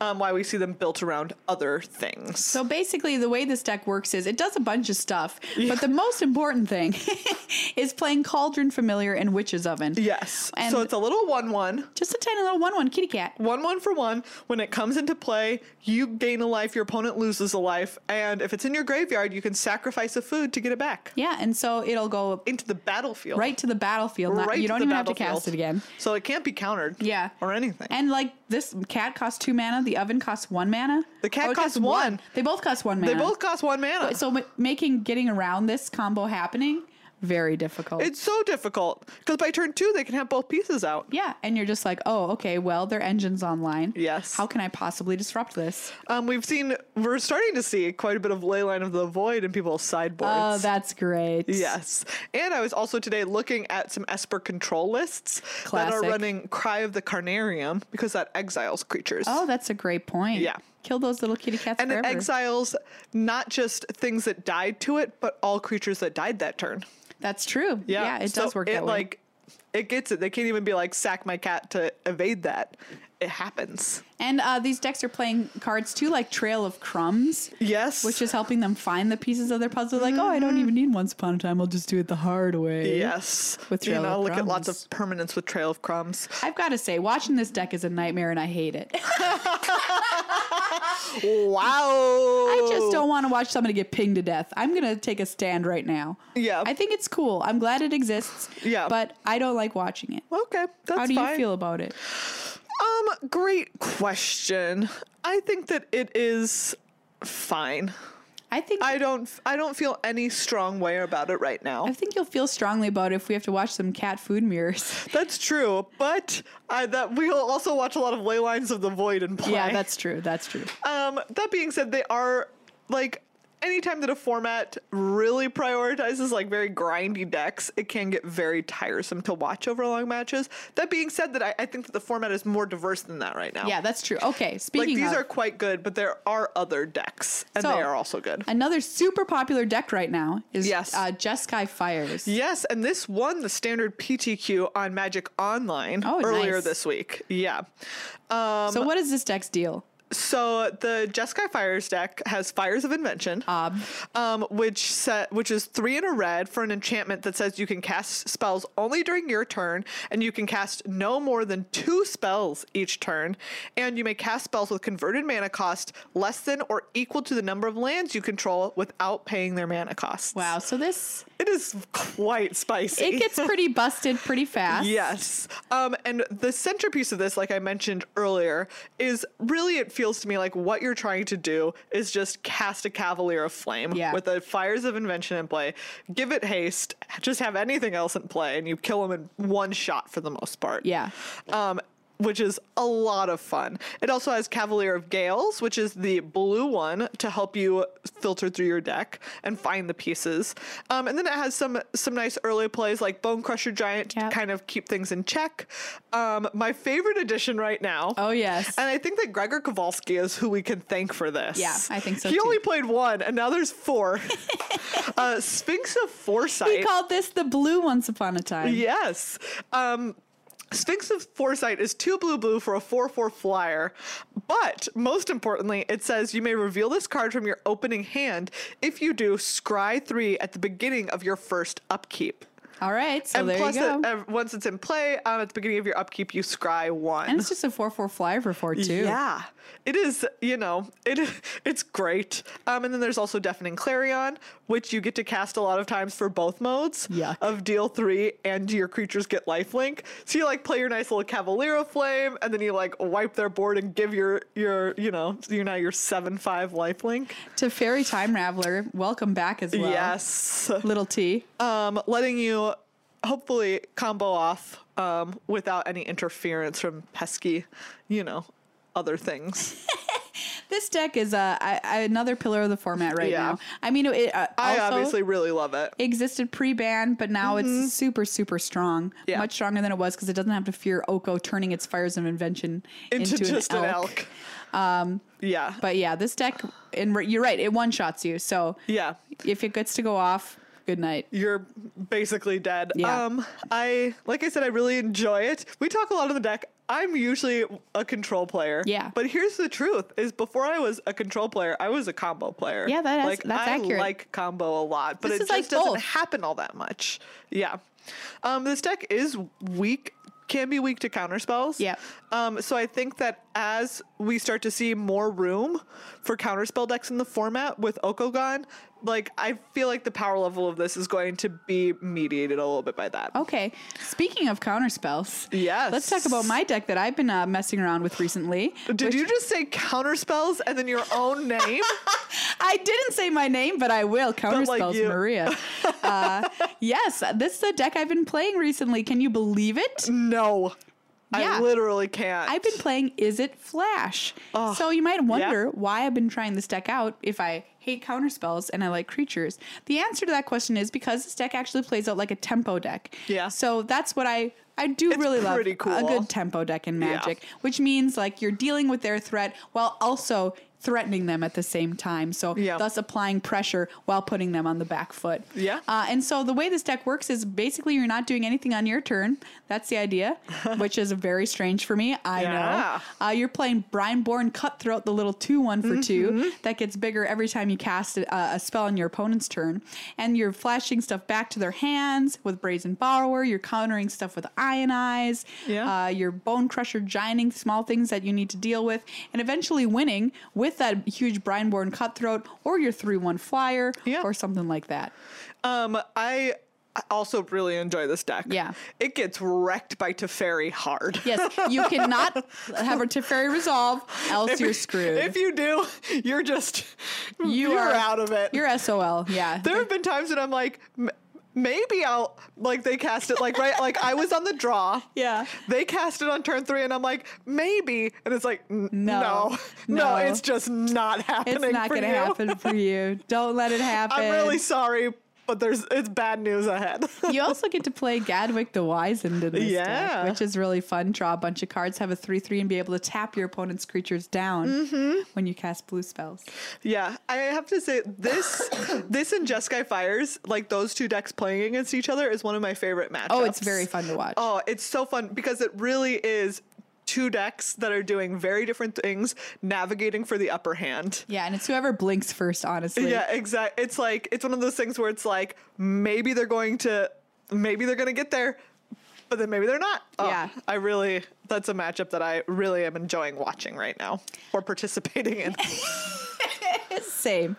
[SPEAKER 2] Um, why we see them built around other things.
[SPEAKER 1] So basically, the way this deck works is it does a bunch of stuff, but the most important thing is playing Cauldron Familiar and Witch's Oven.
[SPEAKER 2] yes.
[SPEAKER 1] And-
[SPEAKER 2] so it's a little 1 1.
[SPEAKER 1] Just a tiny little 1 1 kitty cat.
[SPEAKER 2] 1 1 for 1. When it comes into play, you gain a life, your opponent loses a life, and if it's in your graveyard, you can sacrifice a food to get it back
[SPEAKER 1] Yeah, and so it'll go
[SPEAKER 2] into the battlefield.
[SPEAKER 1] right to the battlefield. not-
[SPEAKER 2] Right
[SPEAKER 1] you
[SPEAKER 2] to
[SPEAKER 1] don't
[SPEAKER 2] the
[SPEAKER 1] even have to
[SPEAKER 2] battlefield.
[SPEAKER 1] cast it again.
[SPEAKER 2] So it can't be countered.
[SPEAKER 1] Yeah.
[SPEAKER 2] Or anything.
[SPEAKER 1] And like this cat costs two mana, the oven costs one mana. Oh,
[SPEAKER 2] The cat
[SPEAKER 1] it
[SPEAKER 2] costs one.
[SPEAKER 1] They both cost one mana.
[SPEAKER 2] they both cost 1 mana.
[SPEAKER 1] So ma- making getting around this combo happening very difficult.
[SPEAKER 2] It's so difficult because by turn two they can have both pieces out.
[SPEAKER 1] yeah, and you're just like, oh, okay, well, their engine's online.
[SPEAKER 2] Yes.
[SPEAKER 1] How can I possibly disrupt this?
[SPEAKER 2] Um, we've seen we're starting to see quite a bit of Leyline of the Void in people's sideboards.
[SPEAKER 1] Oh, that's great.
[SPEAKER 2] Yes. And I was also today looking at some Esper control lists that
[SPEAKER 1] Classic.
[SPEAKER 2] are running Cry of the Carnarium because that exiles creatures.
[SPEAKER 1] Oh, that's a great point.
[SPEAKER 2] Yeah.
[SPEAKER 1] Kill those little kitty cats
[SPEAKER 2] and it
[SPEAKER 1] forever.
[SPEAKER 2] exiles not just things that died to it, but all creatures that died that turn.
[SPEAKER 1] that's true.
[SPEAKER 2] Yeah.
[SPEAKER 1] Yeah, it
[SPEAKER 2] So
[SPEAKER 1] does work
[SPEAKER 2] it
[SPEAKER 1] that way.
[SPEAKER 2] like it gets it. They can't even be like sack my cat to evade that. It happens.
[SPEAKER 1] And uh, these decks are playing cards too, like Trail of Crumbs,
[SPEAKER 2] Yes.
[SPEAKER 1] which is helping them find the pieces of their puzzle. Like, oh, I don't even need Once Upon a Time. I'll just do it the hard way.
[SPEAKER 2] Mm. Yes.
[SPEAKER 1] With
[SPEAKER 2] you
[SPEAKER 1] Trail
[SPEAKER 2] know,
[SPEAKER 1] of
[SPEAKER 2] look at lots
[SPEAKER 1] Crumbs.
[SPEAKER 2] of permanents with Trail of Crumbs.
[SPEAKER 1] I've got to say, watching this deck is a nightmare, and I hate it.
[SPEAKER 2] Wow.
[SPEAKER 1] I just don't want to watch somebody get pinged to death. I'm gonna take a stand right now.
[SPEAKER 2] Yeah.
[SPEAKER 1] I think it's cool. I'm glad it exists.
[SPEAKER 2] Yeah.
[SPEAKER 1] but I don't like watching it.
[SPEAKER 2] Okay, that's
[SPEAKER 1] How do
[SPEAKER 2] fine.
[SPEAKER 1] you feel about it?
[SPEAKER 2] Um, great question. I think that it is fine.
[SPEAKER 1] I think I,
[SPEAKER 2] I don't I don't feel any strong way about it right now.
[SPEAKER 1] think you'll feel strongly about it if we have to watch some cat food mirrors.
[SPEAKER 2] That's true, but I that we'll also watch a lot of ley lines of the void and play.
[SPEAKER 1] yeah, that's true. That's true.
[SPEAKER 2] um that being said, they are like anytime that a format really prioritizes like very grindy decks, it can get very tiresome to watch over long matches. That being said that I, I think that the format is more diverse than that right now.
[SPEAKER 1] Yeah, that's true. Okay,
[SPEAKER 2] Like
[SPEAKER 1] speaking
[SPEAKER 2] these
[SPEAKER 1] of,
[SPEAKER 2] are quite good, but there are other decks, and
[SPEAKER 1] So-
[SPEAKER 2] they are also good.
[SPEAKER 1] another super popular deck right now is
[SPEAKER 2] Yes.
[SPEAKER 1] uh, Jeskai Fires.
[SPEAKER 2] Yes, and this won the standard PTQ on Magic Online
[SPEAKER 1] Oh,
[SPEAKER 2] earlier
[SPEAKER 1] nice.
[SPEAKER 2] this week. Yeah. Um,
[SPEAKER 1] so what is this deck's deal?
[SPEAKER 2] so the Jeskai Fires deck has Fires of Invention,
[SPEAKER 1] Um,
[SPEAKER 2] um, which set which is three in a red for an enchantment that says you can cast spells only during your turn, and you can cast no more than two spells each turn, and you may cast spells with converted mana cost less than or equal to the number of lands you control without paying their mana costs.
[SPEAKER 1] wow. So this
[SPEAKER 2] It is quite spicy.
[SPEAKER 1] it gets pretty busted pretty fast.
[SPEAKER 2] Yes. Um, and the centerpiece of this, like I mentioned earlier, is really it feels to me like what you're trying to do is just cast a cavalier of flame
[SPEAKER 1] Yeah.
[SPEAKER 2] with the fires of invention in play, give it haste, just have anything else in play, and you kill them in one shot for the most part.
[SPEAKER 1] Yeah.
[SPEAKER 2] Um, which is a lot of fun. It also has Cavalier of Gales, which is the blue one to help you filter through your deck and find the pieces. Um, and then it has some some nice early plays like Bone Crusher Giant
[SPEAKER 1] Yep.
[SPEAKER 2] to kind of keep things in check. Um, my favorite edition right now.
[SPEAKER 1] Oh yes.
[SPEAKER 2] And I think that Gregor Kowalski is who we can thank for this.
[SPEAKER 1] Yeah, I think so
[SPEAKER 2] He
[SPEAKER 1] too.
[SPEAKER 2] only played one, and now there's four. uh, Sphinx of Foresight.
[SPEAKER 1] He called this the blue once upon a time.
[SPEAKER 2] Yes. Um, Sphinx of Foresight is two blue blue for a 4 4 flyer, but most importantly, it says you may reveal this card from your opening hand if you do scry 3 at the beginning of your first upkeep.
[SPEAKER 1] All right, so
[SPEAKER 2] and
[SPEAKER 1] Oh, there
[SPEAKER 2] plus,
[SPEAKER 1] you go.
[SPEAKER 2] it- uh, once it's in play, um, at the beginning of your upkeep, you scry 1.
[SPEAKER 1] and it's just a four four flyer for four two.
[SPEAKER 2] Yeah, it is. You know, it it's great. Um, and then there's also Deafening Clarion, which you get to cast a lot of times for both modes
[SPEAKER 1] Yuck.
[SPEAKER 2] of deal three, and your creatures get lifelink. So you like play your nice little Cavalier of Flame, and then you like wipe their board and give your your you know you now your seven five lifelink.
[SPEAKER 1] To Fairy Time Raveler, welcome back as well.
[SPEAKER 2] Yes,
[SPEAKER 1] Little T.
[SPEAKER 2] um, letting you hopefully combo off um, without any interference from pesky, you know, other things.
[SPEAKER 1] This deck is uh, I, I, another pillar of the format right
[SPEAKER 2] Yeah.
[SPEAKER 1] now. I mean, it uh,
[SPEAKER 2] I
[SPEAKER 1] also
[SPEAKER 2] obviously really love it.
[SPEAKER 1] existed pre-ban, but now it's super, super strong.
[SPEAKER 2] Mm-hmm. Yeah.
[SPEAKER 1] Much stronger than it was because it doesn't have to fear Oko turning its fires of invention into,
[SPEAKER 2] into, just
[SPEAKER 1] an, elk.
[SPEAKER 2] Um, yeah,
[SPEAKER 1] But yeah, this deck, and you're right, it one-shots you. So
[SPEAKER 2] yeah,
[SPEAKER 1] if it gets to go off, good night.
[SPEAKER 2] you're basically dead.
[SPEAKER 1] Yeah.
[SPEAKER 2] Um, I like I said, I really enjoy it. We talk a lot of the deck. I'm usually a control player.
[SPEAKER 1] Yeah.
[SPEAKER 2] But here's the truth: is before I was a control player, I was a combo player.
[SPEAKER 1] Yeah, that is-
[SPEAKER 2] like
[SPEAKER 1] that's
[SPEAKER 2] I
[SPEAKER 1] accurate.
[SPEAKER 2] like combo a lot, but
[SPEAKER 1] This
[SPEAKER 2] it
[SPEAKER 1] is
[SPEAKER 2] just
[SPEAKER 1] like
[SPEAKER 2] doesn't
[SPEAKER 1] both.
[SPEAKER 2] happen all that much. Yeah. Um, this deck is weak. Can be weak to counter spells.
[SPEAKER 1] Yep.
[SPEAKER 2] Um, so I think that as we start to see more room for counterspell decks in the format with Okogon, like I feel like the power level of this is going to be mediated a little bit by that.
[SPEAKER 1] Okay. Speaking of counterspells,
[SPEAKER 2] Yes.
[SPEAKER 1] Oh, let's talk about my deck that I've been uh, messing around with recently.
[SPEAKER 2] Did you just say counterspells and then your own name?
[SPEAKER 1] I didn't say my name, but I will.
[SPEAKER 2] like
[SPEAKER 1] Counterspells
[SPEAKER 2] you.
[SPEAKER 1] Maria. Uh, Yes, this is a deck I've been playing recently. Can you believe it?
[SPEAKER 2] No.
[SPEAKER 1] Yeah.
[SPEAKER 2] I literally can't.
[SPEAKER 1] I've been playing Is It Flash? so you might wonder why I've been trying this deck out if I hate counter spells and I like creatures. The answer to that question is because this deck actually plays out like a tempo deck.
[SPEAKER 2] Yeah.
[SPEAKER 1] So that's what I I do really love
[SPEAKER 2] pretty
[SPEAKER 1] a
[SPEAKER 2] cool.
[SPEAKER 1] good tempo deck in Magic, which means like you're dealing with their threat while also threatening them at the same time. So
[SPEAKER 2] Yeah.
[SPEAKER 1] thus applying pressure while putting them on the back foot.
[SPEAKER 2] Yeah.
[SPEAKER 1] Uh, and so the way this deck works is basically you're not doing anything on your turn. That's the idea, which is very strange for me. I
[SPEAKER 2] Yeah.
[SPEAKER 1] know. Uh, you're playing Brian Bourne Cutthroat, the little 2 1 for
[SPEAKER 2] Mm-hmm.
[SPEAKER 1] 2 that gets bigger every time you cast a, a spell on your opponent's turn. And you're flashing stuff back to their hands with Brazen Borrower. You're countering stuff with Iron Eyes.
[SPEAKER 2] Yeah.
[SPEAKER 1] Uh, your Bone Crusher Gianting, small things that you need to deal with. And eventually winning with that huge Brian Bourne Cutthroat or your 3 1 Flyer
[SPEAKER 2] Yeah.
[SPEAKER 1] or something like that.
[SPEAKER 2] um, I also really enjoy this deck.
[SPEAKER 1] Yeah.
[SPEAKER 2] It gets wrecked by Teferi hard.
[SPEAKER 1] Yes, you cannot have a Teferi resolve, else you're screwed.
[SPEAKER 2] If you do, you're just
[SPEAKER 1] you
[SPEAKER 2] are out of it.
[SPEAKER 1] You're SOL. Yeah.
[SPEAKER 2] There have been times that I'm like, "M- maybe I'll like they cast it like right like I was on the draw.
[SPEAKER 1] Yeah.
[SPEAKER 2] They cast it on turn three, and I'm like, maybe, and it's like, no,
[SPEAKER 1] No.
[SPEAKER 2] no, no,
[SPEAKER 1] No.
[SPEAKER 2] it's just not happening.
[SPEAKER 1] It's not
[SPEAKER 2] for
[SPEAKER 1] going to
[SPEAKER 2] you.
[SPEAKER 1] happen for you. Don't let it happen.
[SPEAKER 2] I'm really sorry, but there's it's bad news ahead.
[SPEAKER 1] you also get to play Gadwick the Wizened in this
[SPEAKER 2] Yeah.
[SPEAKER 1] deck, which is really fun. Draw a bunch of cards, have a 3 3, and be able to tap your opponent's creatures down
[SPEAKER 2] Mm-hmm.
[SPEAKER 1] when you cast blue spells.
[SPEAKER 2] yeah, I have to say this, this and Jeskai Fires, like those two decks playing against each other, is one of my favorite matchups.
[SPEAKER 1] Oh, it's very fun to watch.
[SPEAKER 2] Oh, it's so fun because it really is two decks that are doing very different things, navigating for the upper hand.
[SPEAKER 1] Yeah, and it's whoever blinks first, honestly.
[SPEAKER 2] Yeah, exactly. It's like it's one of those things where it's like maybe they're going to, maybe they're going to get there, but then maybe they're not. Oh,
[SPEAKER 1] Yeah.
[SPEAKER 2] I really that's a matchup that I really am enjoying watching right now or participating in.
[SPEAKER 1] Same.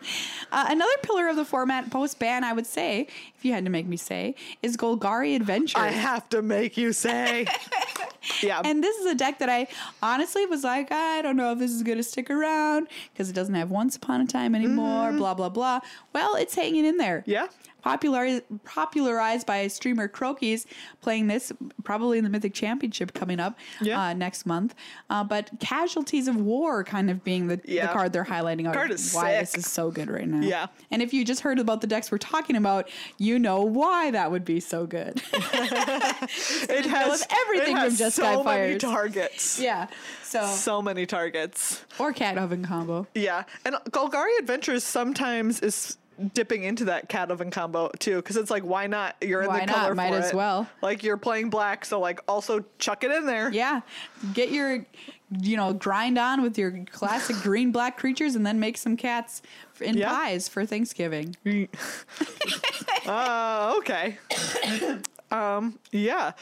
[SPEAKER 1] Uh, another pillar of the format post ban, I would say, if you had to make me say, is Golgari Adventure.
[SPEAKER 2] I have to make you say, yeah.
[SPEAKER 1] And this is a deck that I honestly was like, I don't know if this is going to stick around because it doesn't have Once Upon a Time anymore, blah, blah, blah. Well, it's hanging in there.
[SPEAKER 2] Mm-hmm. Yeah.
[SPEAKER 1] Populariz- popularized by streamer Crokies playing this probably in the Mythic Championship coming up
[SPEAKER 2] Yeah.
[SPEAKER 1] uh, next month. Uh, but Casualties of War kind of being the,
[SPEAKER 2] Yeah.
[SPEAKER 1] the card they're highlighting out
[SPEAKER 2] Card is
[SPEAKER 1] why
[SPEAKER 2] sick.
[SPEAKER 1] this is so good right now.
[SPEAKER 2] Yeah.
[SPEAKER 1] And if you just heard about the decks we're talking about, you know why that would be so good.
[SPEAKER 2] it has
[SPEAKER 1] with everything
[SPEAKER 2] it
[SPEAKER 1] from
[SPEAKER 2] has
[SPEAKER 1] Just
[SPEAKER 2] so
[SPEAKER 1] Sky
[SPEAKER 2] many
[SPEAKER 1] Fires.
[SPEAKER 2] targets.
[SPEAKER 1] yeah.
[SPEAKER 2] So many targets.
[SPEAKER 1] or cat oven combo.
[SPEAKER 2] Yeah, and Golgari Adventures sometimes is dipping into that cat oven combo too, because it's like, why not? You're in
[SPEAKER 1] Why
[SPEAKER 2] the
[SPEAKER 1] not?
[SPEAKER 2] color
[SPEAKER 1] Might
[SPEAKER 2] for
[SPEAKER 1] as
[SPEAKER 2] it.
[SPEAKER 1] well.
[SPEAKER 2] Like you're playing black, so like also chuck it in there.
[SPEAKER 1] Yeah. Get your, you know, grind on with your classic green black creatures and then make some cats f- in
[SPEAKER 2] Yeah.
[SPEAKER 1] pies for Thanksgiving.
[SPEAKER 2] Uh, okay. um, yeah.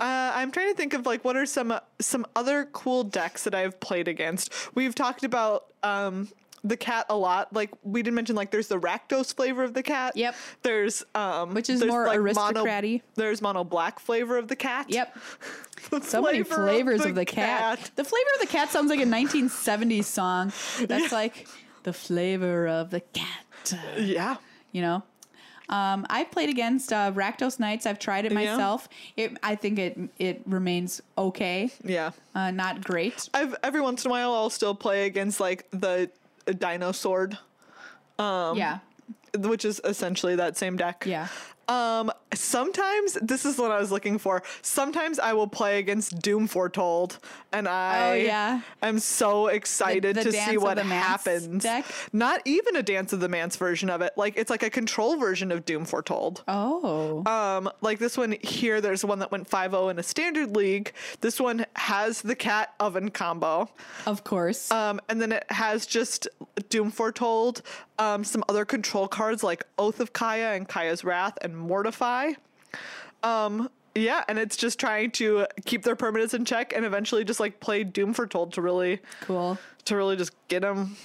[SPEAKER 2] Uh, I'm trying to think of like what are some uh, some other cool decks that I've played against. We've talked about um, the cat a lot. Like we did mention, like there's the Rakdos flavor of the cat.
[SPEAKER 1] Yep.
[SPEAKER 2] There's um,
[SPEAKER 1] Which is
[SPEAKER 2] there's,
[SPEAKER 1] more
[SPEAKER 2] mono-
[SPEAKER 1] aristocrat-y.
[SPEAKER 2] there's mono black flavor of the cat.
[SPEAKER 1] Yep.
[SPEAKER 2] The
[SPEAKER 1] So many flavors of the cat. The flavor of the cat sounds like a 1970s song. That's like the flavor of the cat.
[SPEAKER 2] Yeah.
[SPEAKER 1] you know. Um, I've played against uh, Rakdos Knights. I've tried it myself. It, I think it it remains okay,
[SPEAKER 2] Yeah.
[SPEAKER 1] uh, not great.
[SPEAKER 2] I've every once in a while I'll still play against like the uh, dino sword,
[SPEAKER 1] yeah,
[SPEAKER 2] which is essentially that same deck.
[SPEAKER 1] yeah.
[SPEAKER 2] Um, sometimes this is what I was looking for. Sometimes I will play against Doom Foretold, and I
[SPEAKER 1] Oh, yeah.
[SPEAKER 2] am so excited
[SPEAKER 1] the
[SPEAKER 2] to
[SPEAKER 1] Dance
[SPEAKER 2] see
[SPEAKER 1] of
[SPEAKER 2] what
[SPEAKER 1] the Mance
[SPEAKER 2] happens.
[SPEAKER 1] deck?
[SPEAKER 2] Not even a Dance of the Mance version of it. Like it's like a control version of Doom Foretold.
[SPEAKER 1] Oh,
[SPEAKER 2] Um, like this one here, there's one that went 5-0 in a standard league. This one has the cat oven combo.
[SPEAKER 1] of course.
[SPEAKER 2] Um, and then it has just Doom Foretold, um, some other control cards like Oath of Kaya and Kaya's Wrath and Mortify. Um, yeah, and it's just trying to keep their permanents in check and eventually just like play Doom Foretold to really
[SPEAKER 1] cool.
[SPEAKER 2] to really just get them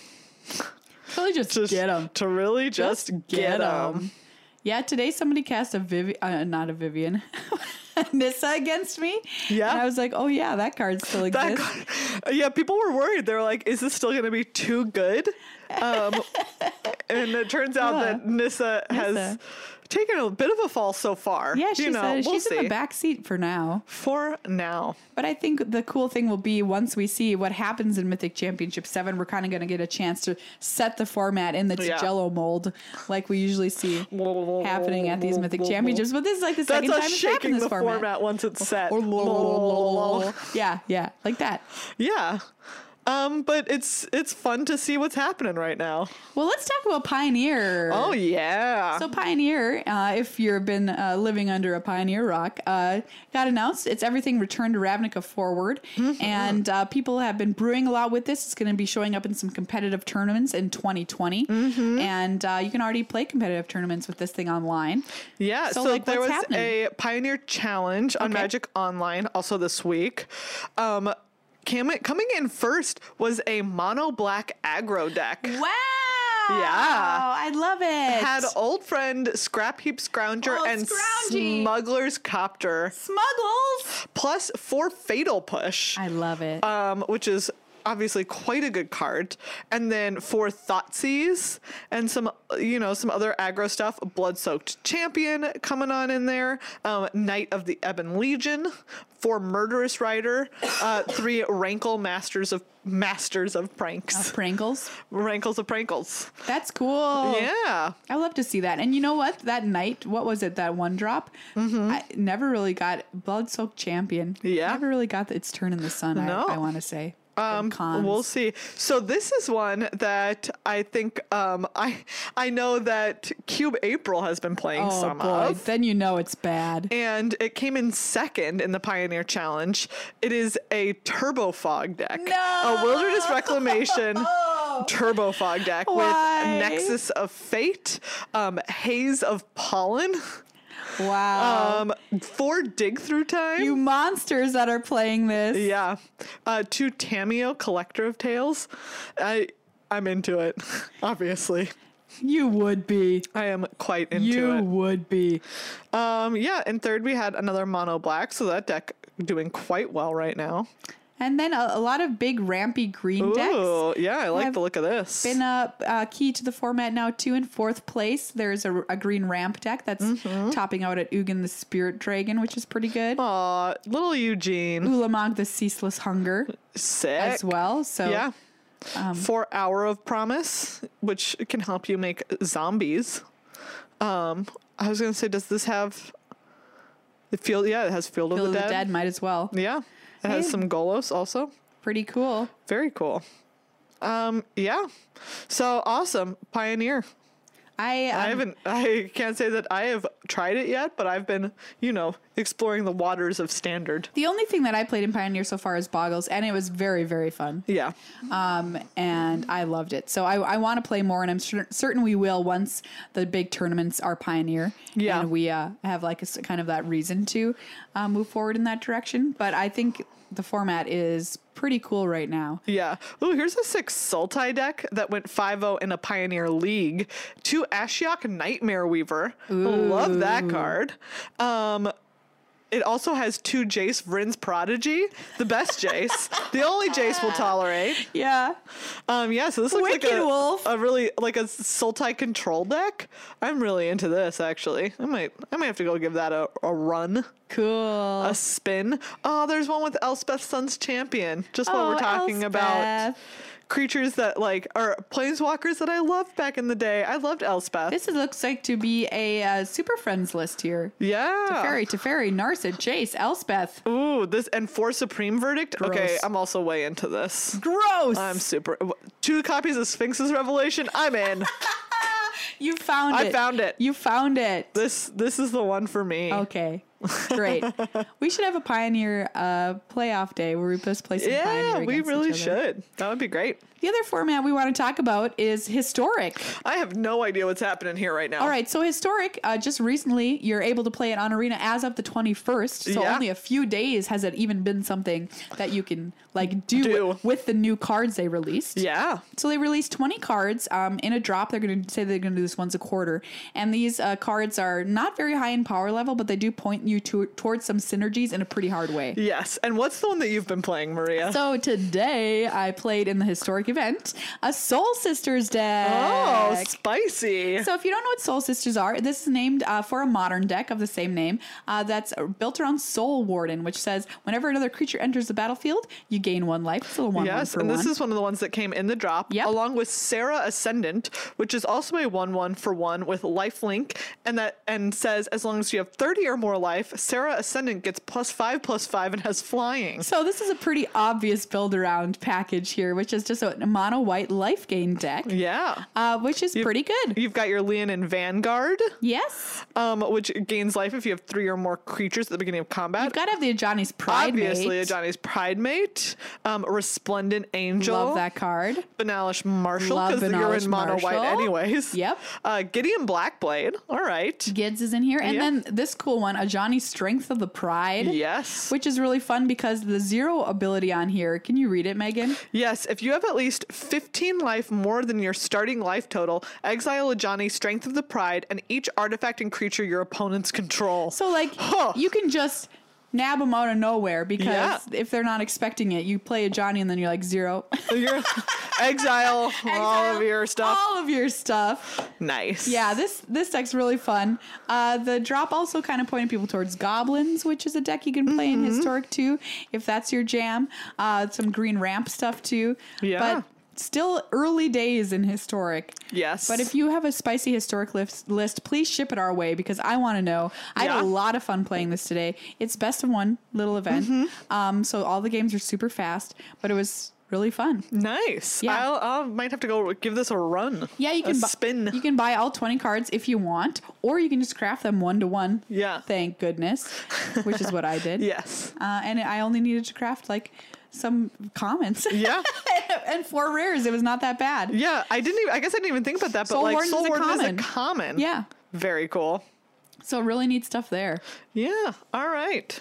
[SPEAKER 1] Really, just,
[SPEAKER 2] to,
[SPEAKER 1] get them.
[SPEAKER 2] to really just, get 'em. get them.
[SPEAKER 1] Yeah, today somebody cast a Vivian, uh, not a Vivian, Nissa against me.
[SPEAKER 2] Yeah.
[SPEAKER 1] and I was like, oh yeah, that card still
[SPEAKER 2] That
[SPEAKER 1] exists.
[SPEAKER 2] card- yeah, people were worried. They were like, "Is this still going to be too good?" Um, and it turns out
[SPEAKER 1] Yeah.
[SPEAKER 2] that Nissa has
[SPEAKER 1] Nissa.
[SPEAKER 2] taken a bit of a fall so far.
[SPEAKER 1] Yeah, she
[SPEAKER 2] you know,
[SPEAKER 1] said
[SPEAKER 2] we'll
[SPEAKER 1] she's
[SPEAKER 2] see.
[SPEAKER 1] in the back seat for now.
[SPEAKER 2] For now.
[SPEAKER 1] But I think the cool thing will be once we see what happens in Mythic Championship 7, we're kind of going to get a chance to set the format in the
[SPEAKER 2] Yeah.
[SPEAKER 1] jello mold like we usually see happening at these Mythic Championships. But this is like the
[SPEAKER 2] That's
[SPEAKER 1] second time
[SPEAKER 2] us
[SPEAKER 1] it's happened
[SPEAKER 2] shaking
[SPEAKER 1] this
[SPEAKER 2] the format. once it's set.
[SPEAKER 1] Yeah, yeah, like that.
[SPEAKER 2] yeah. Um, but it's it's fun to see what's happening right now.
[SPEAKER 1] Well, let's talk about Pioneer.
[SPEAKER 2] Oh yeah.
[SPEAKER 1] So Pioneer, uh, if you've been uh, living under a Pioneer rock, uh, got announced. It's everything returned to Ravnica forward, and uh, people have been brewing a lot with this. It's going to be showing up in some competitive tournaments in 2020, and uh, you can already play competitive tournaments with this thing online.
[SPEAKER 2] Yeah,
[SPEAKER 1] So,
[SPEAKER 2] so,
[SPEAKER 1] like,
[SPEAKER 2] there
[SPEAKER 1] what's
[SPEAKER 2] was
[SPEAKER 1] happening?
[SPEAKER 2] a Pioneer Challenge on
[SPEAKER 1] Okay.
[SPEAKER 2] Magic Online also this week. Um, cam- coming in first was a mono black aggro deck.
[SPEAKER 1] Wow!
[SPEAKER 2] Yeah.
[SPEAKER 1] I love it.
[SPEAKER 2] Had old friend Scrap Heap Scrounger
[SPEAKER 1] Oh,
[SPEAKER 2] and
[SPEAKER 1] Scroungy.
[SPEAKER 2] Smuggler's Copter,
[SPEAKER 1] Smuggles. Uh,
[SPEAKER 2] plus four Fatal Push,
[SPEAKER 1] I love it.
[SPEAKER 2] um, which is obviously quite a good card, and then four Thoughtseize and some you know some other aggro stuff. Blood Soaked Champion coming on in there, um, Knight of the Ebon Legion, four Murderous Rider, uh, three Rankle Masters of Masters of
[SPEAKER 1] Uh,
[SPEAKER 2] Pranks,
[SPEAKER 1] Pringles.
[SPEAKER 2] Rankles of Prankles.
[SPEAKER 1] That's cool.
[SPEAKER 2] Yeah.
[SPEAKER 1] I love to see that. And you know what? That night, what was it? That one drop? I never really got Blood Soaked Champion.
[SPEAKER 2] Mm-hmm. Yeah.
[SPEAKER 1] Never really got its turn in the sun,
[SPEAKER 2] No. Um,
[SPEAKER 1] I, I want to say. From cons.
[SPEAKER 2] We'll see. So this is one that I think um, I I know that Cube April has been playing
[SPEAKER 1] oh,
[SPEAKER 2] some
[SPEAKER 1] boy.
[SPEAKER 2] of.
[SPEAKER 1] Then you know it's bad.
[SPEAKER 2] And it came in second in the Pioneer Challenge. It is a Turbo Fog deck.
[SPEAKER 1] No!
[SPEAKER 2] A Wilderness Reclamation Turbo Fog deck
[SPEAKER 1] Why?
[SPEAKER 2] with Nexus of Fate, um, Haze of Pollen,
[SPEAKER 1] Wow.
[SPEAKER 2] um, four Dig Through Time.
[SPEAKER 1] Oh. you monsters that are playing this.
[SPEAKER 2] yeah. Uh, two Tamio Collector of Tales. I, I'm into it, obviously.
[SPEAKER 1] You would be.
[SPEAKER 2] I am quite into
[SPEAKER 1] You
[SPEAKER 2] it.
[SPEAKER 1] would be.
[SPEAKER 2] Um, yeah, and third we had another mono black, so that deck doing quite well right now.
[SPEAKER 1] And then a, a lot of big, rampy green decks.
[SPEAKER 2] Ooh, yeah, I like
[SPEAKER 1] have
[SPEAKER 2] the look of this.
[SPEAKER 1] been a uh, key to the format now too. In fourth place, there's a, a green ramp deck that's
[SPEAKER 2] Mm-hmm.
[SPEAKER 1] topping out at Ugin the Spirit Dragon, which is pretty good.
[SPEAKER 2] Aw, little Eugene,
[SPEAKER 1] Ulamog the Ceaseless Hunger
[SPEAKER 2] sick
[SPEAKER 1] as well. Um, So
[SPEAKER 2] Yeah. For Hour of Promise, which can help you make zombies. Um, I was gonna say, does this have the field? Yeah, it has Field,
[SPEAKER 1] Field
[SPEAKER 2] of the, dead.
[SPEAKER 1] might as well.
[SPEAKER 2] Yeah, it has
[SPEAKER 1] Hey.
[SPEAKER 2] some Golos also.
[SPEAKER 1] Pretty cool.
[SPEAKER 2] Very cool. Um, yeah. So awesome, Pioneer.
[SPEAKER 1] I, um,
[SPEAKER 2] I haven't. I can't say that I have tried it yet, but I've been, you know, exploring the waters of standard.
[SPEAKER 1] the only thing that I played in Pioneer so far is Boggles, and it was very very fun.
[SPEAKER 2] Yeah.
[SPEAKER 1] Um, and I loved it. So I, I want to play more, and I'm cer- certain we will once the big tournaments are Pioneer.
[SPEAKER 2] Yeah.
[SPEAKER 1] And we uh, have like a s kind of that reason to uh, move forward in that direction. But I think the format is pretty cool right now.
[SPEAKER 2] Yeah. Ooh, here's a six Sultai deck that went 5 0 in a Pioneer League. Two Ashiok Nightmare Weaver. Love that card. Um, it also has two Jace Vryn's Prodigy, the best Jace, the only Jace will tolerate.
[SPEAKER 1] Yeah.
[SPEAKER 2] Um, yeah, so this looks like
[SPEAKER 1] Wicked
[SPEAKER 2] a,
[SPEAKER 1] Wolf.
[SPEAKER 2] a really like a Sultai control deck. I'm really into this actually. I might I might have to go give that a, a run,
[SPEAKER 1] Cool.
[SPEAKER 2] a spin. Oh, there's one with Elspeth Sun's Champion. Just while
[SPEAKER 1] Oh,
[SPEAKER 2] we're talking about
[SPEAKER 1] Elspeth.
[SPEAKER 2] creatures that like are planeswalkers that I loved back in the day. I loved Elspeth.
[SPEAKER 1] This is- looks like to be a uh, Super Friends list here.
[SPEAKER 2] yeah.
[SPEAKER 1] Fairy to Fairy, Narsa, Chase, Elspeth.
[SPEAKER 2] Ooh, this and for Supreme Verdict. Okay,
[SPEAKER 1] Gross.
[SPEAKER 2] I'm also way into this.
[SPEAKER 1] Gross.
[SPEAKER 2] I'm super. Two copies of Sphinx's Revelation. I'm in.
[SPEAKER 1] you found
[SPEAKER 2] I
[SPEAKER 1] it.
[SPEAKER 2] found it.
[SPEAKER 1] You found it.
[SPEAKER 2] this this is the one for me.
[SPEAKER 1] Okay, great. we should have a pioneer uh, playoff day where we just play some pioneer.
[SPEAKER 2] Yeah, we
[SPEAKER 1] against
[SPEAKER 2] really
[SPEAKER 1] each other.
[SPEAKER 2] should. That would be great.
[SPEAKER 1] The other format we want to talk about is historic.
[SPEAKER 2] I have no idea what's happening here right now.
[SPEAKER 1] All right, so historic. Uh, just recently, you're able to play it on Arena as of the 21st. So
[SPEAKER 2] Yeah.
[SPEAKER 1] only a few days has it even been something that you can like do,
[SPEAKER 2] Do.
[SPEAKER 1] with the new cards they released.
[SPEAKER 2] Yeah.
[SPEAKER 1] So they released 20 cards um, in a drop. They're going to say they're going to do this once a quarter. And these uh, cards are not very high in power level, but they do point you you to- towards some synergies in a pretty hard way.
[SPEAKER 2] Yes. And what's the one that you've been playing, Maria?
[SPEAKER 1] So today I played in the historic event a Soul Sisters deck.
[SPEAKER 2] oh, spicy.
[SPEAKER 1] So if you don't know what Soul Sisters are, this is named uh, for a modern deck of the same name uh, that's built around Soul Warden, which says whenever another creature enters the battlefield, you gain one life. It's a little one one
[SPEAKER 2] yes,
[SPEAKER 1] for
[SPEAKER 2] and
[SPEAKER 1] one.
[SPEAKER 2] this is one of the ones that came in the drop,
[SPEAKER 1] Yep.
[SPEAKER 2] along with Sarah Ascendant, which is also a one-one for one with lifelink, and that and says as long as you have thirty or more life, Sarah Ascendant gets plus five plus five and has flying.
[SPEAKER 1] so this is a pretty obvious build around package here, which is just a mono white life gain deck,
[SPEAKER 2] Yeah,
[SPEAKER 1] uh, which is pretty good.
[SPEAKER 2] you've got your Leon and Vanguard,
[SPEAKER 1] Yes,
[SPEAKER 2] um, which gains life if you have three or more creatures at the beginning of combat.
[SPEAKER 1] you've got to have the Ajani's Pride.
[SPEAKER 2] Obviously,
[SPEAKER 1] mate.
[SPEAKER 2] Johnny's Pride Mate, um, Resplendent Angel,
[SPEAKER 1] Love that card.
[SPEAKER 2] Banalish Marshall
[SPEAKER 1] Love
[SPEAKER 2] because you're
[SPEAKER 1] Banalish
[SPEAKER 2] in mono white
[SPEAKER 1] Marshall.
[SPEAKER 2] anyways.
[SPEAKER 1] Yep.
[SPEAKER 2] Uh, Gideon Blackblade. All right.
[SPEAKER 1] Gids is in here. And
[SPEAKER 2] Yeah.
[SPEAKER 1] then this cool one, Ajani Strength of the Pride.
[SPEAKER 2] Yes.
[SPEAKER 1] Which is really fun because the zero ability on here, can you read it, Megan?
[SPEAKER 2] Yes, if you have at least 15 life more than your starting life total, exile a Johnny Strength of the Pride and each artifact and creature your opponents control.
[SPEAKER 1] So, like,
[SPEAKER 2] Huh.
[SPEAKER 1] you can just nab them out of nowhere because
[SPEAKER 2] Yeah.
[SPEAKER 1] if they're not expecting it, you play Ajani and then you're like zero.
[SPEAKER 2] You're- exile all of
[SPEAKER 1] Exile
[SPEAKER 2] your stuff.
[SPEAKER 1] All of your stuff.
[SPEAKER 2] nice.
[SPEAKER 1] Yeah, this this deck's really fun. Uh, the drop also kind of pointed people towards goblins, which is a deck you can play in
[SPEAKER 2] Mm-hmm.
[SPEAKER 1] historic too, if that's your jam. Uh, some green ramp stuff too.
[SPEAKER 2] Yeah.
[SPEAKER 1] But still early days in historic.
[SPEAKER 2] Yes.
[SPEAKER 1] But if you have a spicy historic list, list please ship it our way because I want to know. I had a
[SPEAKER 2] Yeah.
[SPEAKER 1] lot of fun playing this today. It's best of one little event,
[SPEAKER 2] Mm-hmm.
[SPEAKER 1] um, so all the games are super fast, but it was really fun.
[SPEAKER 2] Nice.
[SPEAKER 1] Yeah.
[SPEAKER 2] I'll, I'll might have to go give this a run.
[SPEAKER 1] Yeah, you can
[SPEAKER 2] a
[SPEAKER 1] bu-
[SPEAKER 2] spin.
[SPEAKER 1] You can buy all twenty cards if you want, or you can just craft them one to one.
[SPEAKER 2] Yeah.
[SPEAKER 1] thank goodness, which is what I did.
[SPEAKER 2] yes.
[SPEAKER 1] uh, and I only needed to craft like some comments.
[SPEAKER 2] Yeah.
[SPEAKER 1] and four rares. It was not that bad.
[SPEAKER 2] Yeah. I didn't. Even, I guess I didn't even think about that. But
[SPEAKER 1] Soul
[SPEAKER 2] like,
[SPEAKER 1] Warden
[SPEAKER 2] Soul
[SPEAKER 1] is a
[SPEAKER 2] Warden is a
[SPEAKER 1] common.
[SPEAKER 2] common.
[SPEAKER 1] Yeah.
[SPEAKER 2] Very cool.
[SPEAKER 1] So really neat stuff there.
[SPEAKER 2] Yeah. All right.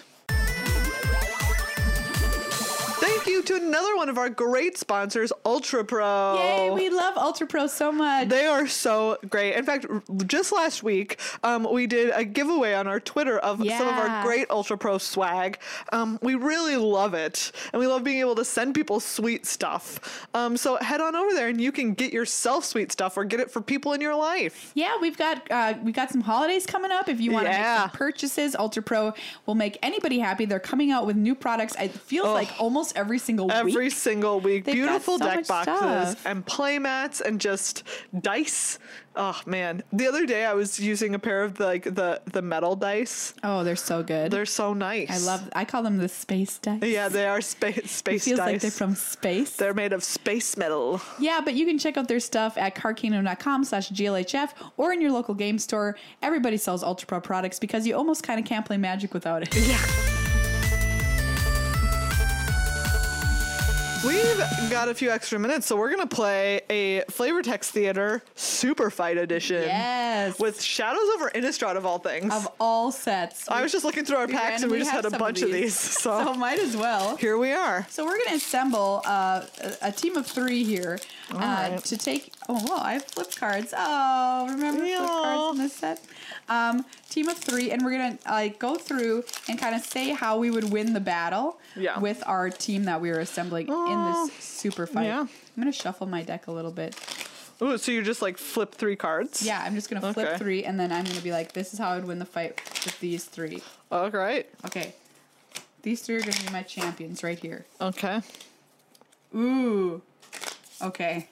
[SPEAKER 2] Thank you to another one of our great sponsors, Ultra Pro.
[SPEAKER 1] Yay, we love Ultra Pro so much.
[SPEAKER 2] They are so great. In fact, r- just last week, um, we did a giveaway on our Twitter of some of our
[SPEAKER 1] Yeah.
[SPEAKER 2] great Ultra Pro swag. Um, we really love it, and we love being able to send people sweet stuff. Um, so head on over there, and you can get yourself sweet stuff or get it for people in your life.
[SPEAKER 1] Yeah, we've got uh, we got some holidays coming up. If you want to make
[SPEAKER 2] Yeah.
[SPEAKER 1] some purchases, Ultra Pro will make anybody happy. They're coming out with new products. It feels like almost every single
[SPEAKER 2] Oh. Every
[SPEAKER 1] week.
[SPEAKER 2] single week,
[SPEAKER 1] They've got
[SPEAKER 2] beautiful
[SPEAKER 1] so
[SPEAKER 2] deck
[SPEAKER 1] much
[SPEAKER 2] boxes
[SPEAKER 1] stuff.
[SPEAKER 2] and play mats and just dice. Oh man! The other day, I was using a pair of the, like the the metal dice.
[SPEAKER 1] Oh, they're so good.
[SPEAKER 2] They're so nice.
[SPEAKER 1] I love. I call them the space dice.
[SPEAKER 2] Yeah, they are space space
[SPEAKER 1] feels
[SPEAKER 2] dice.
[SPEAKER 1] like they're from space.
[SPEAKER 2] They're made of space metal.
[SPEAKER 1] yeah, but you can check out their stuff at carkingdom.com slash glhf or in your local game store. Everybody sells Ultra Pro products because you almost kind of can't play Magic without it.
[SPEAKER 2] Yeah. We've got a few extra minutes, so we're gonna play a Flavor Text Theater Super Fight Edition.
[SPEAKER 1] Yes.
[SPEAKER 2] With Shadows over Innistrad of all things.
[SPEAKER 1] of all sets.
[SPEAKER 2] I was just looking through our
[SPEAKER 1] we
[SPEAKER 2] packs and
[SPEAKER 1] randomly
[SPEAKER 2] we just
[SPEAKER 1] have
[SPEAKER 2] had a
[SPEAKER 1] some of
[SPEAKER 2] bunch of
[SPEAKER 1] these.
[SPEAKER 2] these.
[SPEAKER 1] so
[SPEAKER 2] So
[SPEAKER 1] might as well.
[SPEAKER 2] here we are.
[SPEAKER 1] So we're gonna assemble uh, a- a team of three here uh,
[SPEAKER 2] right.
[SPEAKER 1] to take. Oh, whoa! I have flip cards. Oh, remember flip
[SPEAKER 2] Meow.
[SPEAKER 1] cards in this set? Um, team of three, and we're gonna like go through and kind of say how we would win the battle
[SPEAKER 2] Yeah. Oh,
[SPEAKER 1] with our team that we were assembling in this super fight.
[SPEAKER 2] Yeah.
[SPEAKER 1] I'm gonna shuffle my deck a little bit.
[SPEAKER 2] Ooh, so you just like flip three cards.
[SPEAKER 1] Yeah, I'm just gonna flip
[SPEAKER 2] Okay.
[SPEAKER 1] three, and then I'm gonna be like, "This is how I would win the fight with these three.
[SPEAKER 2] All right.
[SPEAKER 1] Okay, these three are gonna be my champions right here.
[SPEAKER 2] Okay.
[SPEAKER 1] Ooh. Okay.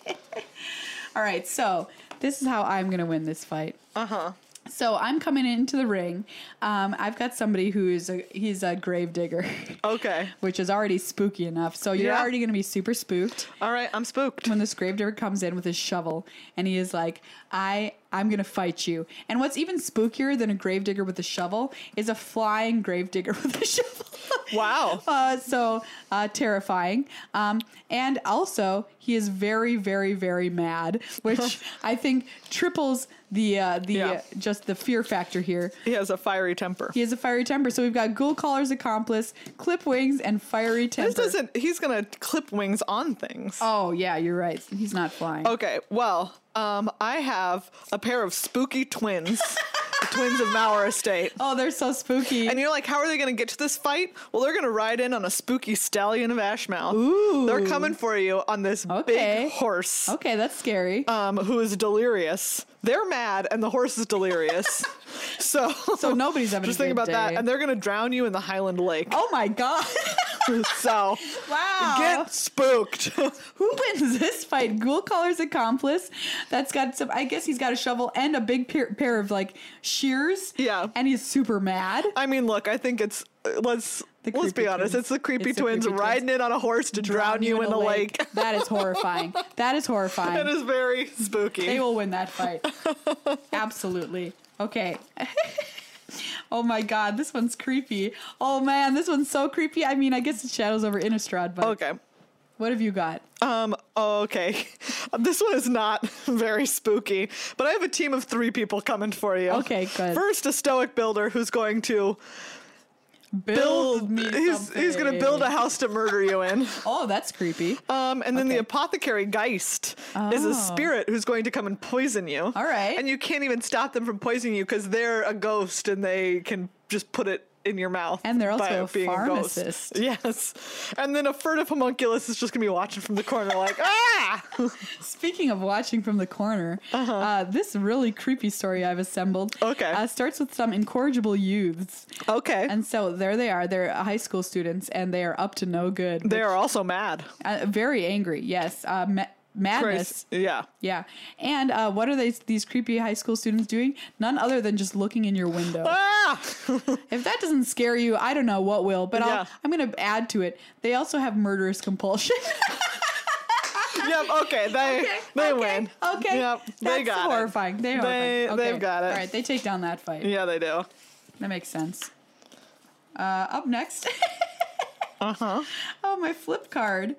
[SPEAKER 1] All right, so this is how I'm going to win this fight.
[SPEAKER 2] Uh huh.
[SPEAKER 1] So I'm coming into the ring. Um, I've got somebody who is a he's a grave digger,
[SPEAKER 2] Okay.
[SPEAKER 1] which is already spooky enough. So you're
[SPEAKER 2] Yeah.
[SPEAKER 1] already going to be super spooked
[SPEAKER 2] All right. I'm spooked.
[SPEAKER 1] when this gravedigger comes in with his shovel and he is like, I, I'm gonna fight you. And what's even spookier than a gravedigger with a shovel is a flying gravedigger with a shovel.
[SPEAKER 2] Wow.
[SPEAKER 1] uh, so uh, terrifying. Um, and also, he is very, very, very mad, which I think triples the uh, the
[SPEAKER 2] Yeah.
[SPEAKER 1] just the fear factor here.
[SPEAKER 2] He has a fiery temper.
[SPEAKER 1] He has a fiery temper, so we've got Ghoul Caller's accomplice, Clip Wings, and fiery temper.
[SPEAKER 2] This doesn't. He's gonna clip wings on things.
[SPEAKER 1] Oh yeah, you're right. He's not flying.
[SPEAKER 2] Okay, well, um, I have a pair of spooky twins the twins of Mauer Estate.
[SPEAKER 1] Oh, they're so spooky.
[SPEAKER 2] And you're like, how are they going to get to this fight? Well, they're going to ride in on a spooky stallion of Ashmouth.
[SPEAKER 1] Ooh.
[SPEAKER 2] They're coming for you on this
[SPEAKER 1] Okay.
[SPEAKER 2] big horse
[SPEAKER 1] okay, that's scary.
[SPEAKER 2] um, who is delirious. They're mad, and the horse is delirious. so,
[SPEAKER 1] So nobody's having a
[SPEAKER 2] just think
[SPEAKER 1] good
[SPEAKER 2] about that.
[SPEAKER 1] day.
[SPEAKER 2] And they're going to drown you in the Highland Lake.
[SPEAKER 1] oh my god. Oh.
[SPEAKER 2] so,
[SPEAKER 1] wow.
[SPEAKER 2] get spooked.
[SPEAKER 1] Who wins this fight? Ghoul Caller's accomplice. That's got some. I guess he's got a shovel and a big pair, pair of like shears.
[SPEAKER 2] Yeah.
[SPEAKER 1] And he's super mad.
[SPEAKER 2] I mean, look, I think it's uh, let's
[SPEAKER 1] The
[SPEAKER 2] let's
[SPEAKER 1] creepy
[SPEAKER 2] be honest.
[SPEAKER 1] twins.
[SPEAKER 2] It's the creepy
[SPEAKER 1] It's the
[SPEAKER 2] twins
[SPEAKER 1] creepy twins.
[SPEAKER 2] riding in on a horse to drown, you in, the lake.
[SPEAKER 1] That is horrifying. that is horrifying.
[SPEAKER 2] That is very spooky.
[SPEAKER 1] They will win that fight. Absolutely. Okay. oh my god, this one's creepy. Oh man, this one's so creepy. I mean, I guess it's Shadows over Innistrad, but
[SPEAKER 2] okay.
[SPEAKER 1] what have you got?
[SPEAKER 2] Um. Okay. This one is not very spooky, but I have a team of three people coming for you.
[SPEAKER 1] Okay, good.
[SPEAKER 2] First, a stoic builder who's going to build.
[SPEAKER 1] me
[SPEAKER 2] he's he's going to build a
[SPEAKER 1] something.
[SPEAKER 2] house to murder you in.
[SPEAKER 1] Oh, that's creepy.
[SPEAKER 2] Um, and then
[SPEAKER 1] Okay.
[SPEAKER 2] the apothecary Geist is
[SPEAKER 1] Oh.
[SPEAKER 2] a spirit who's going to come and poison you. All
[SPEAKER 1] right.
[SPEAKER 2] And you can't even stop them from poisoning you because they're a ghost and they can just put it in your mouth.
[SPEAKER 1] And they're
[SPEAKER 2] by
[SPEAKER 1] also a
[SPEAKER 2] being ghost.
[SPEAKER 1] pharmacist.
[SPEAKER 2] Yes. And then a furtive homunculus is just going to be watching from the corner like, ah!
[SPEAKER 1] Speaking of watching from the corner, uh this really creepy story I've assembled
[SPEAKER 2] Okay.
[SPEAKER 1] uh, starts with some incorrigible youths.
[SPEAKER 2] Okay.
[SPEAKER 1] And so there they are. They're high school students and they are up to no good.
[SPEAKER 2] they are also mad.
[SPEAKER 1] uh, very angry. Yes, uh, ma- madness.
[SPEAKER 2] Grace- Yeah.
[SPEAKER 1] Yeah, and uh, what are they, these creepy high school students doing? None other than just looking in your window.
[SPEAKER 2] Ah!
[SPEAKER 1] if that doesn't scare you, I don't know what will. But
[SPEAKER 2] Yeah.
[SPEAKER 1] I'll, I'm going to add to it. They also have murderous compulsion.
[SPEAKER 2] yep. Okay. They they win.
[SPEAKER 1] Okay,
[SPEAKER 2] Yep.
[SPEAKER 1] that's
[SPEAKER 2] they got it.
[SPEAKER 1] horrifying. They, are
[SPEAKER 2] They-
[SPEAKER 1] horrifying.
[SPEAKER 2] they've got it.
[SPEAKER 1] All right, they take down that fight.
[SPEAKER 2] Yeah, they do.
[SPEAKER 1] That makes sense. Uh, up next.
[SPEAKER 2] Uh huh.
[SPEAKER 1] Oh, my flip card.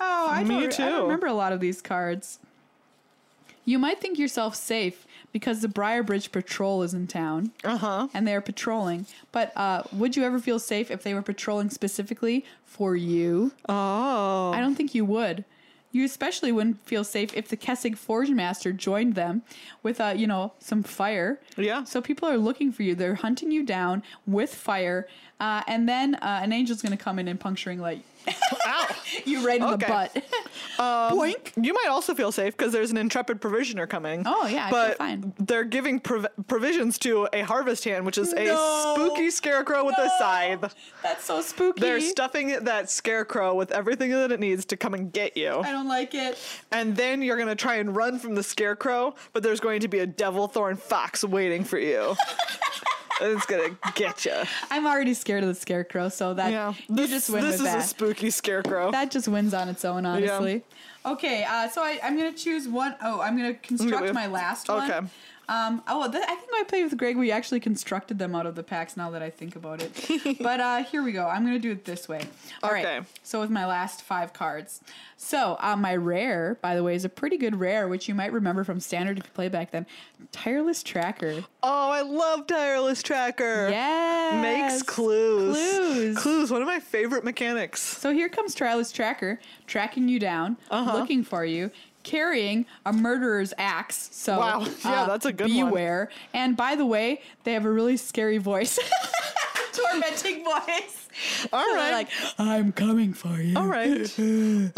[SPEAKER 1] Oh, I,
[SPEAKER 2] Me
[SPEAKER 1] don't, I don't
[SPEAKER 2] too.
[SPEAKER 1] remember a lot of these cards. You might think yourself safe because the Briarbridge Patrol is in town
[SPEAKER 2] Uh huh.
[SPEAKER 1] and they are patrolling. But uh, would you ever feel safe if they were patrolling specifically for you?
[SPEAKER 2] Oh.
[SPEAKER 1] I don't think you would. You especially wouldn't feel safe if the Kessig Forge Master joined them with, uh, you know, some fire.
[SPEAKER 2] Yeah.
[SPEAKER 1] So people are looking for you. They're hunting you down with fire, uh, and then uh, an angel's going to come in and puncturing light
[SPEAKER 2] Ow.
[SPEAKER 1] you right in the
[SPEAKER 2] Okay. Um,
[SPEAKER 1] butt. Boink.
[SPEAKER 2] You might also feel safe because there's an intrepid provisioner coming.
[SPEAKER 1] Oh, yeah, I feel
[SPEAKER 2] but
[SPEAKER 1] fine.
[SPEAKER 2] they're giving prov- provisions to a harvest hand, which is
[SPEAKER 1] No.
[SPEAKER 2] a spooky scarecrow with a
[SPEAKER 1] No.
[SPEAKER 2] scythe.
[SPEAKER 1] That's so spooky.
[SPEAKER 2] They're stuffing that scarecrow with everything that it needs to come and get you,
[SPEAKER 1] I don't like it.
[SPEAKER 2] and then you're gonna try and run from the scarecrow, but there's going to be a devil thorn fox waiting for you. And it's gonna get you.
[SPEAKER 1] I'm already scared of the scarecrow, so that
[SPEAKER 2] Yeah,
[SPEAKER 1] you
[SPEAKER 2] this,
[SPEAKER 1] just win
[SPEAKER 2] this
[SPEAKER 1] with
[SPEAKER 2] is
[SPEAKER 1] that.
[SPEAKER 2] a spooky scarecrow.
[SPEAKER 1] that just wins on its own, honestly. Okay, uh, so I, I'm gonna choose one oh, I'm gonna construct
[SPEAKER 2] Okay.
[SPEAKER 1] my last one.
[SPEAKER 2] Okay.
[SPEAKER 1] Um, oh, th- I think when I played with Greg, we actually constructed them out of the packs. Now that I think about it, but uh, here we go. I'm gonna do it this way. All right.
[SPEAKER 2] Okay.
[SPEAKER 1] So with my last five cards, so uh, my rare, by the way, is a pretty good rare, which you might remember from Standard if you play back then. Tireless Tracker.
[SPEAKER 2] oh, I love tireless tracker.
[SPEAKER 1] Yeah.
[SPEAKER 2] makes clues.
[SPEAKER 1] Clues.
[SPEAKER 2] Clues, one of my favorite mechanics.
[SPEAKER 1] So here comes Tireless Tracker, tracking you down,
[SPEAKER 2] Uh-huh.
[SPEAKER 1] looking for you, carrying a murderer's axe. So uh,
[SPEAKER 2] Wow. Yeah, that's a good one.
[SPEAKER 1] beware. And by the way, they have a really scary voice, tormenting voice.
[SPEAKER 2] All
[SPEAKER 1] So they're
[SPEAKER 2] right.
[SPEAKER 1] like I'm coming for you.
[SPEAKER 2] all right.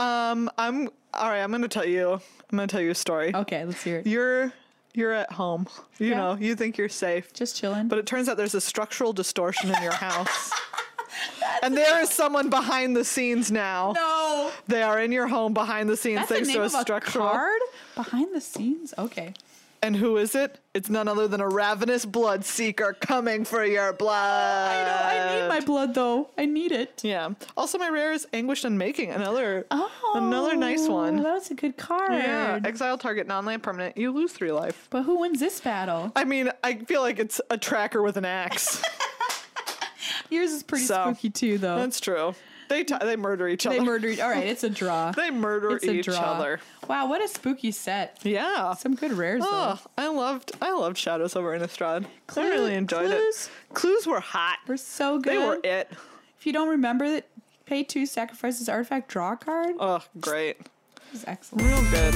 [SPEAKER 2] um, I'm all right, I'm gonna tell you I'm gonna tell you a story.
[SPEAKER 1] Okay, let's hear it.
[SPEAKER 2] You're you're at home. You
[SPEAKER 1] Yeah.
[SPEAKER 2] know, you think you're safe.
[SPEAKER 1] Just chilling.
[SPEAKER 2] But it turns out there's a structural distortion in your house. and there is someone behind the scenes now.
[SPEAKER 1] no.
[SPEAKER 2] They are in your home behind the scenes
[SPEAKER 1] That's the
[SPEAKER 2] thanks
[SPEAKER 1] name
[SPEAKER 2] to a
[SPEAKER 1] of a
[SPEAKER 2] structural.
[SPEAKER 1] card behind the scenes. Okay.
[SPEAKER 2] And who is it? It's none other than a ravenous blood seeker coming for your blood.
[SPEAKER 1] Oh, I know. I need
[SPEAKER 2] Uh,
[SPEAKER 1] my blood though. I need it.
[SPEAKER 2] Yeah. Also, my rare is Anguished Unmaking. Another, another nice
[SPEAKER 1] Oh,
[SPEAKER 2] one.
[SPEAKER 1] That was a good card.
[SPEAKER 2] Yeah. Exile target, non-land permanent. You lose three life.
[SPEAKER 1] But who wins this battle?
[SPEAKER 2] I mean, I feel like it's a tracker with an axe.
[SPEAKER 1] Yours is pretty
[SPEAKER 2] So,
[SPEAKER 1] spooky too, though.
[SPEAKER 2] That's true. They t- they murder each other.
[SPEAKER 1] they murdered. All right, it's a draw.
[SPEAKER 2] They murder
[SPEAKER 1] it's a
[SPEAKER 2] each
[SPEAKER 1] draw.
[SPEAKER 2] other.
[SPEAKER 1] Wow, what a spooky set.
[SPEAKER 2] Yeah.
[SPEAKER 1] Some good rares. though.
[SPEAKER 2] Oh, I loved I loved Shadows over Innistrad. I
[SPEAKER 1] Clue-
[SPEAKER 2] really enjoyed
[SPEAKER 1] clues
[SPEAKER 2] it. Clues were hot.
[SPEAKER 1] We're so good.
[SPEAKER 2] They were it.
[SPEAKER 1] If you don't remember that, pay two, sacrifice this artifact, draw a card.
[SPEAKER 2] Oh, great.
[SPEAKER 1] It was excellent.
[SPEAKER 2] Real good.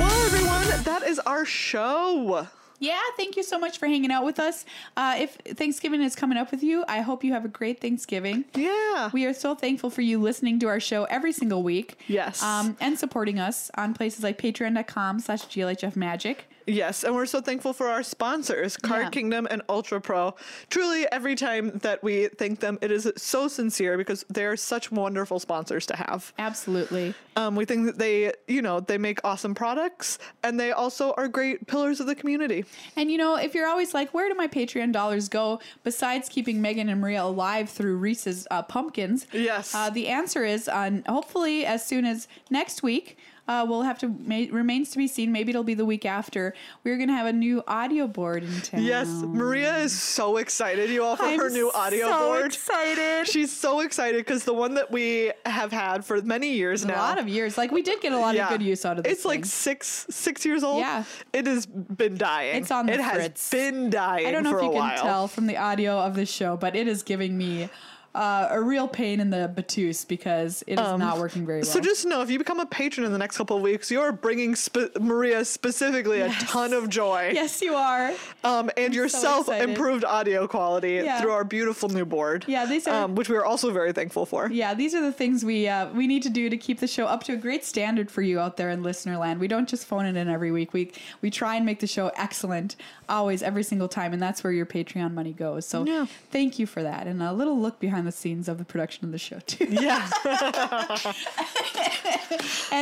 [SPEAKER 2] Well, everyone, that is our show.
[SPEAKER 1] Yeah, thank you so much for hanging out with us. Uh, if Thanksgiving is coming up with you, I hope you have a great Thanksgiving.
[SPEAKER 2] Yeah.
[SPEAKER 1] We are so thankful for you listening to our show every single week.
[SPEAKER 2] Yes.
[SPEAKER 1] Um, and supporting us on places like patreon.com slash glhfmagic.
[SPEAKER 2] Yes, and we're so thankful for our sponsors, Card
[SPEAKER 1] Yeah.
[SPEAKER 2] Kingdom and Ultra Pro. Truly, every time that we thank them, it is so sincere because they are such wonderful sponsors to have.
[SPEAKER 1] Absolutely.
[SPEAKER 2] Um, we think that they, you know, they make awesome products, and they also are great pillars of the community.
[SPEAKER 1] And you know, if you're always like, where do my Patreon dollars go besides keeping Megan and Maria alive through Reese's uh, pumpkins?
[SPEAKER 2] Yes.
[SPEAKER 1] Uh, the answer is on hopefully as soon as next week. Uh, we'll have to ma- remains to be seen. Maybe it'll be the week after. We're gonna have a new audio board in town.
[SPEAKER 2] Yes, Maria is so excited, you all, for
[SPEAKER 1] I'm
[SPEAKER 2] her new audio
[SPEAKER 1] so
[SPEAKER 2] board.
[SPEAKER 1] Excited.
[SPEAKER 2] She's so excited because the one that we have had for many years
[SPEAKER 1] a
[SPEAKER 2] now.
[SPEAKER 1] lot of years. Like we did get a lot of good use out of this.
[SPEAKER 2] It's like
[SPEAKER 1] thing.
[SPEAKER 2] six six years old.
[SPEAKER 1] Yeah.
[SPEAKER 2] it has been dying.
[SPEAKER 1] It's on the
[SPEAKER 2] It
[SPEAKER 1] fritz.
[SPEAKER 2] has been dying.
[SPEAKER 1] I don't know
[SPEAKER 2] for
[SPEAKER 1] if you
[SPEAKER 2] a
[SPEAKER 1] can
[SPEAKER 2] while.
[SPEAKER 1] tell from the audio of this show, but it is giving me uh, a real pain in the batuse because it is not working very well.
[SPEAKER 2] Um, So just know if you become a patron in the next couple of weeks, you're bringing spe- Maria specifically a ton of joy.
[SPEAKER 1] yes, you are.
[SPEAKER 2] Um, and yourself
[SPEAKER 1] excited.
[SPEAKER 2] improved audio quality
[SPEAKER 1] Yeah.
[SPEAKER 2] through our beautiful new board.
[SPEAKER 1] Yeah, these are-
[SPEAKER 2] um, which we are also very thankful for.
[SPEAKER 1] Yeah, these are the things we uh, we need to do to keep the show up to a great standard for you out there in listener land. We don't just phone it in every week. We we try and make the show excellent always, every single time, and that's where your Patreon money goes. So
[SPEAKER 2] Yeah.
[SPEAKER 1] thank you for that, and a little look behind the scenes of the production of the show too.
[SPEAKER 2] Yeah.
[SPEAKER 1] And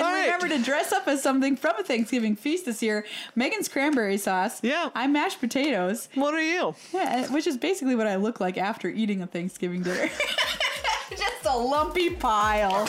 [SPEAKER 2] All right.
[SPEAKER 1] remember to dress up as something from a Thanksgiving feast this year. Megan's cranberry sauce.
[SPEAKER 2] Yeah.
[SPEAKER 1] I'm mashed potatoes,
[SPEAKER 2] what are you?
[SPEAKER 1] yeah, which is basically what I look like after eating a Thanksgiving dinner. Just a lumpy pile.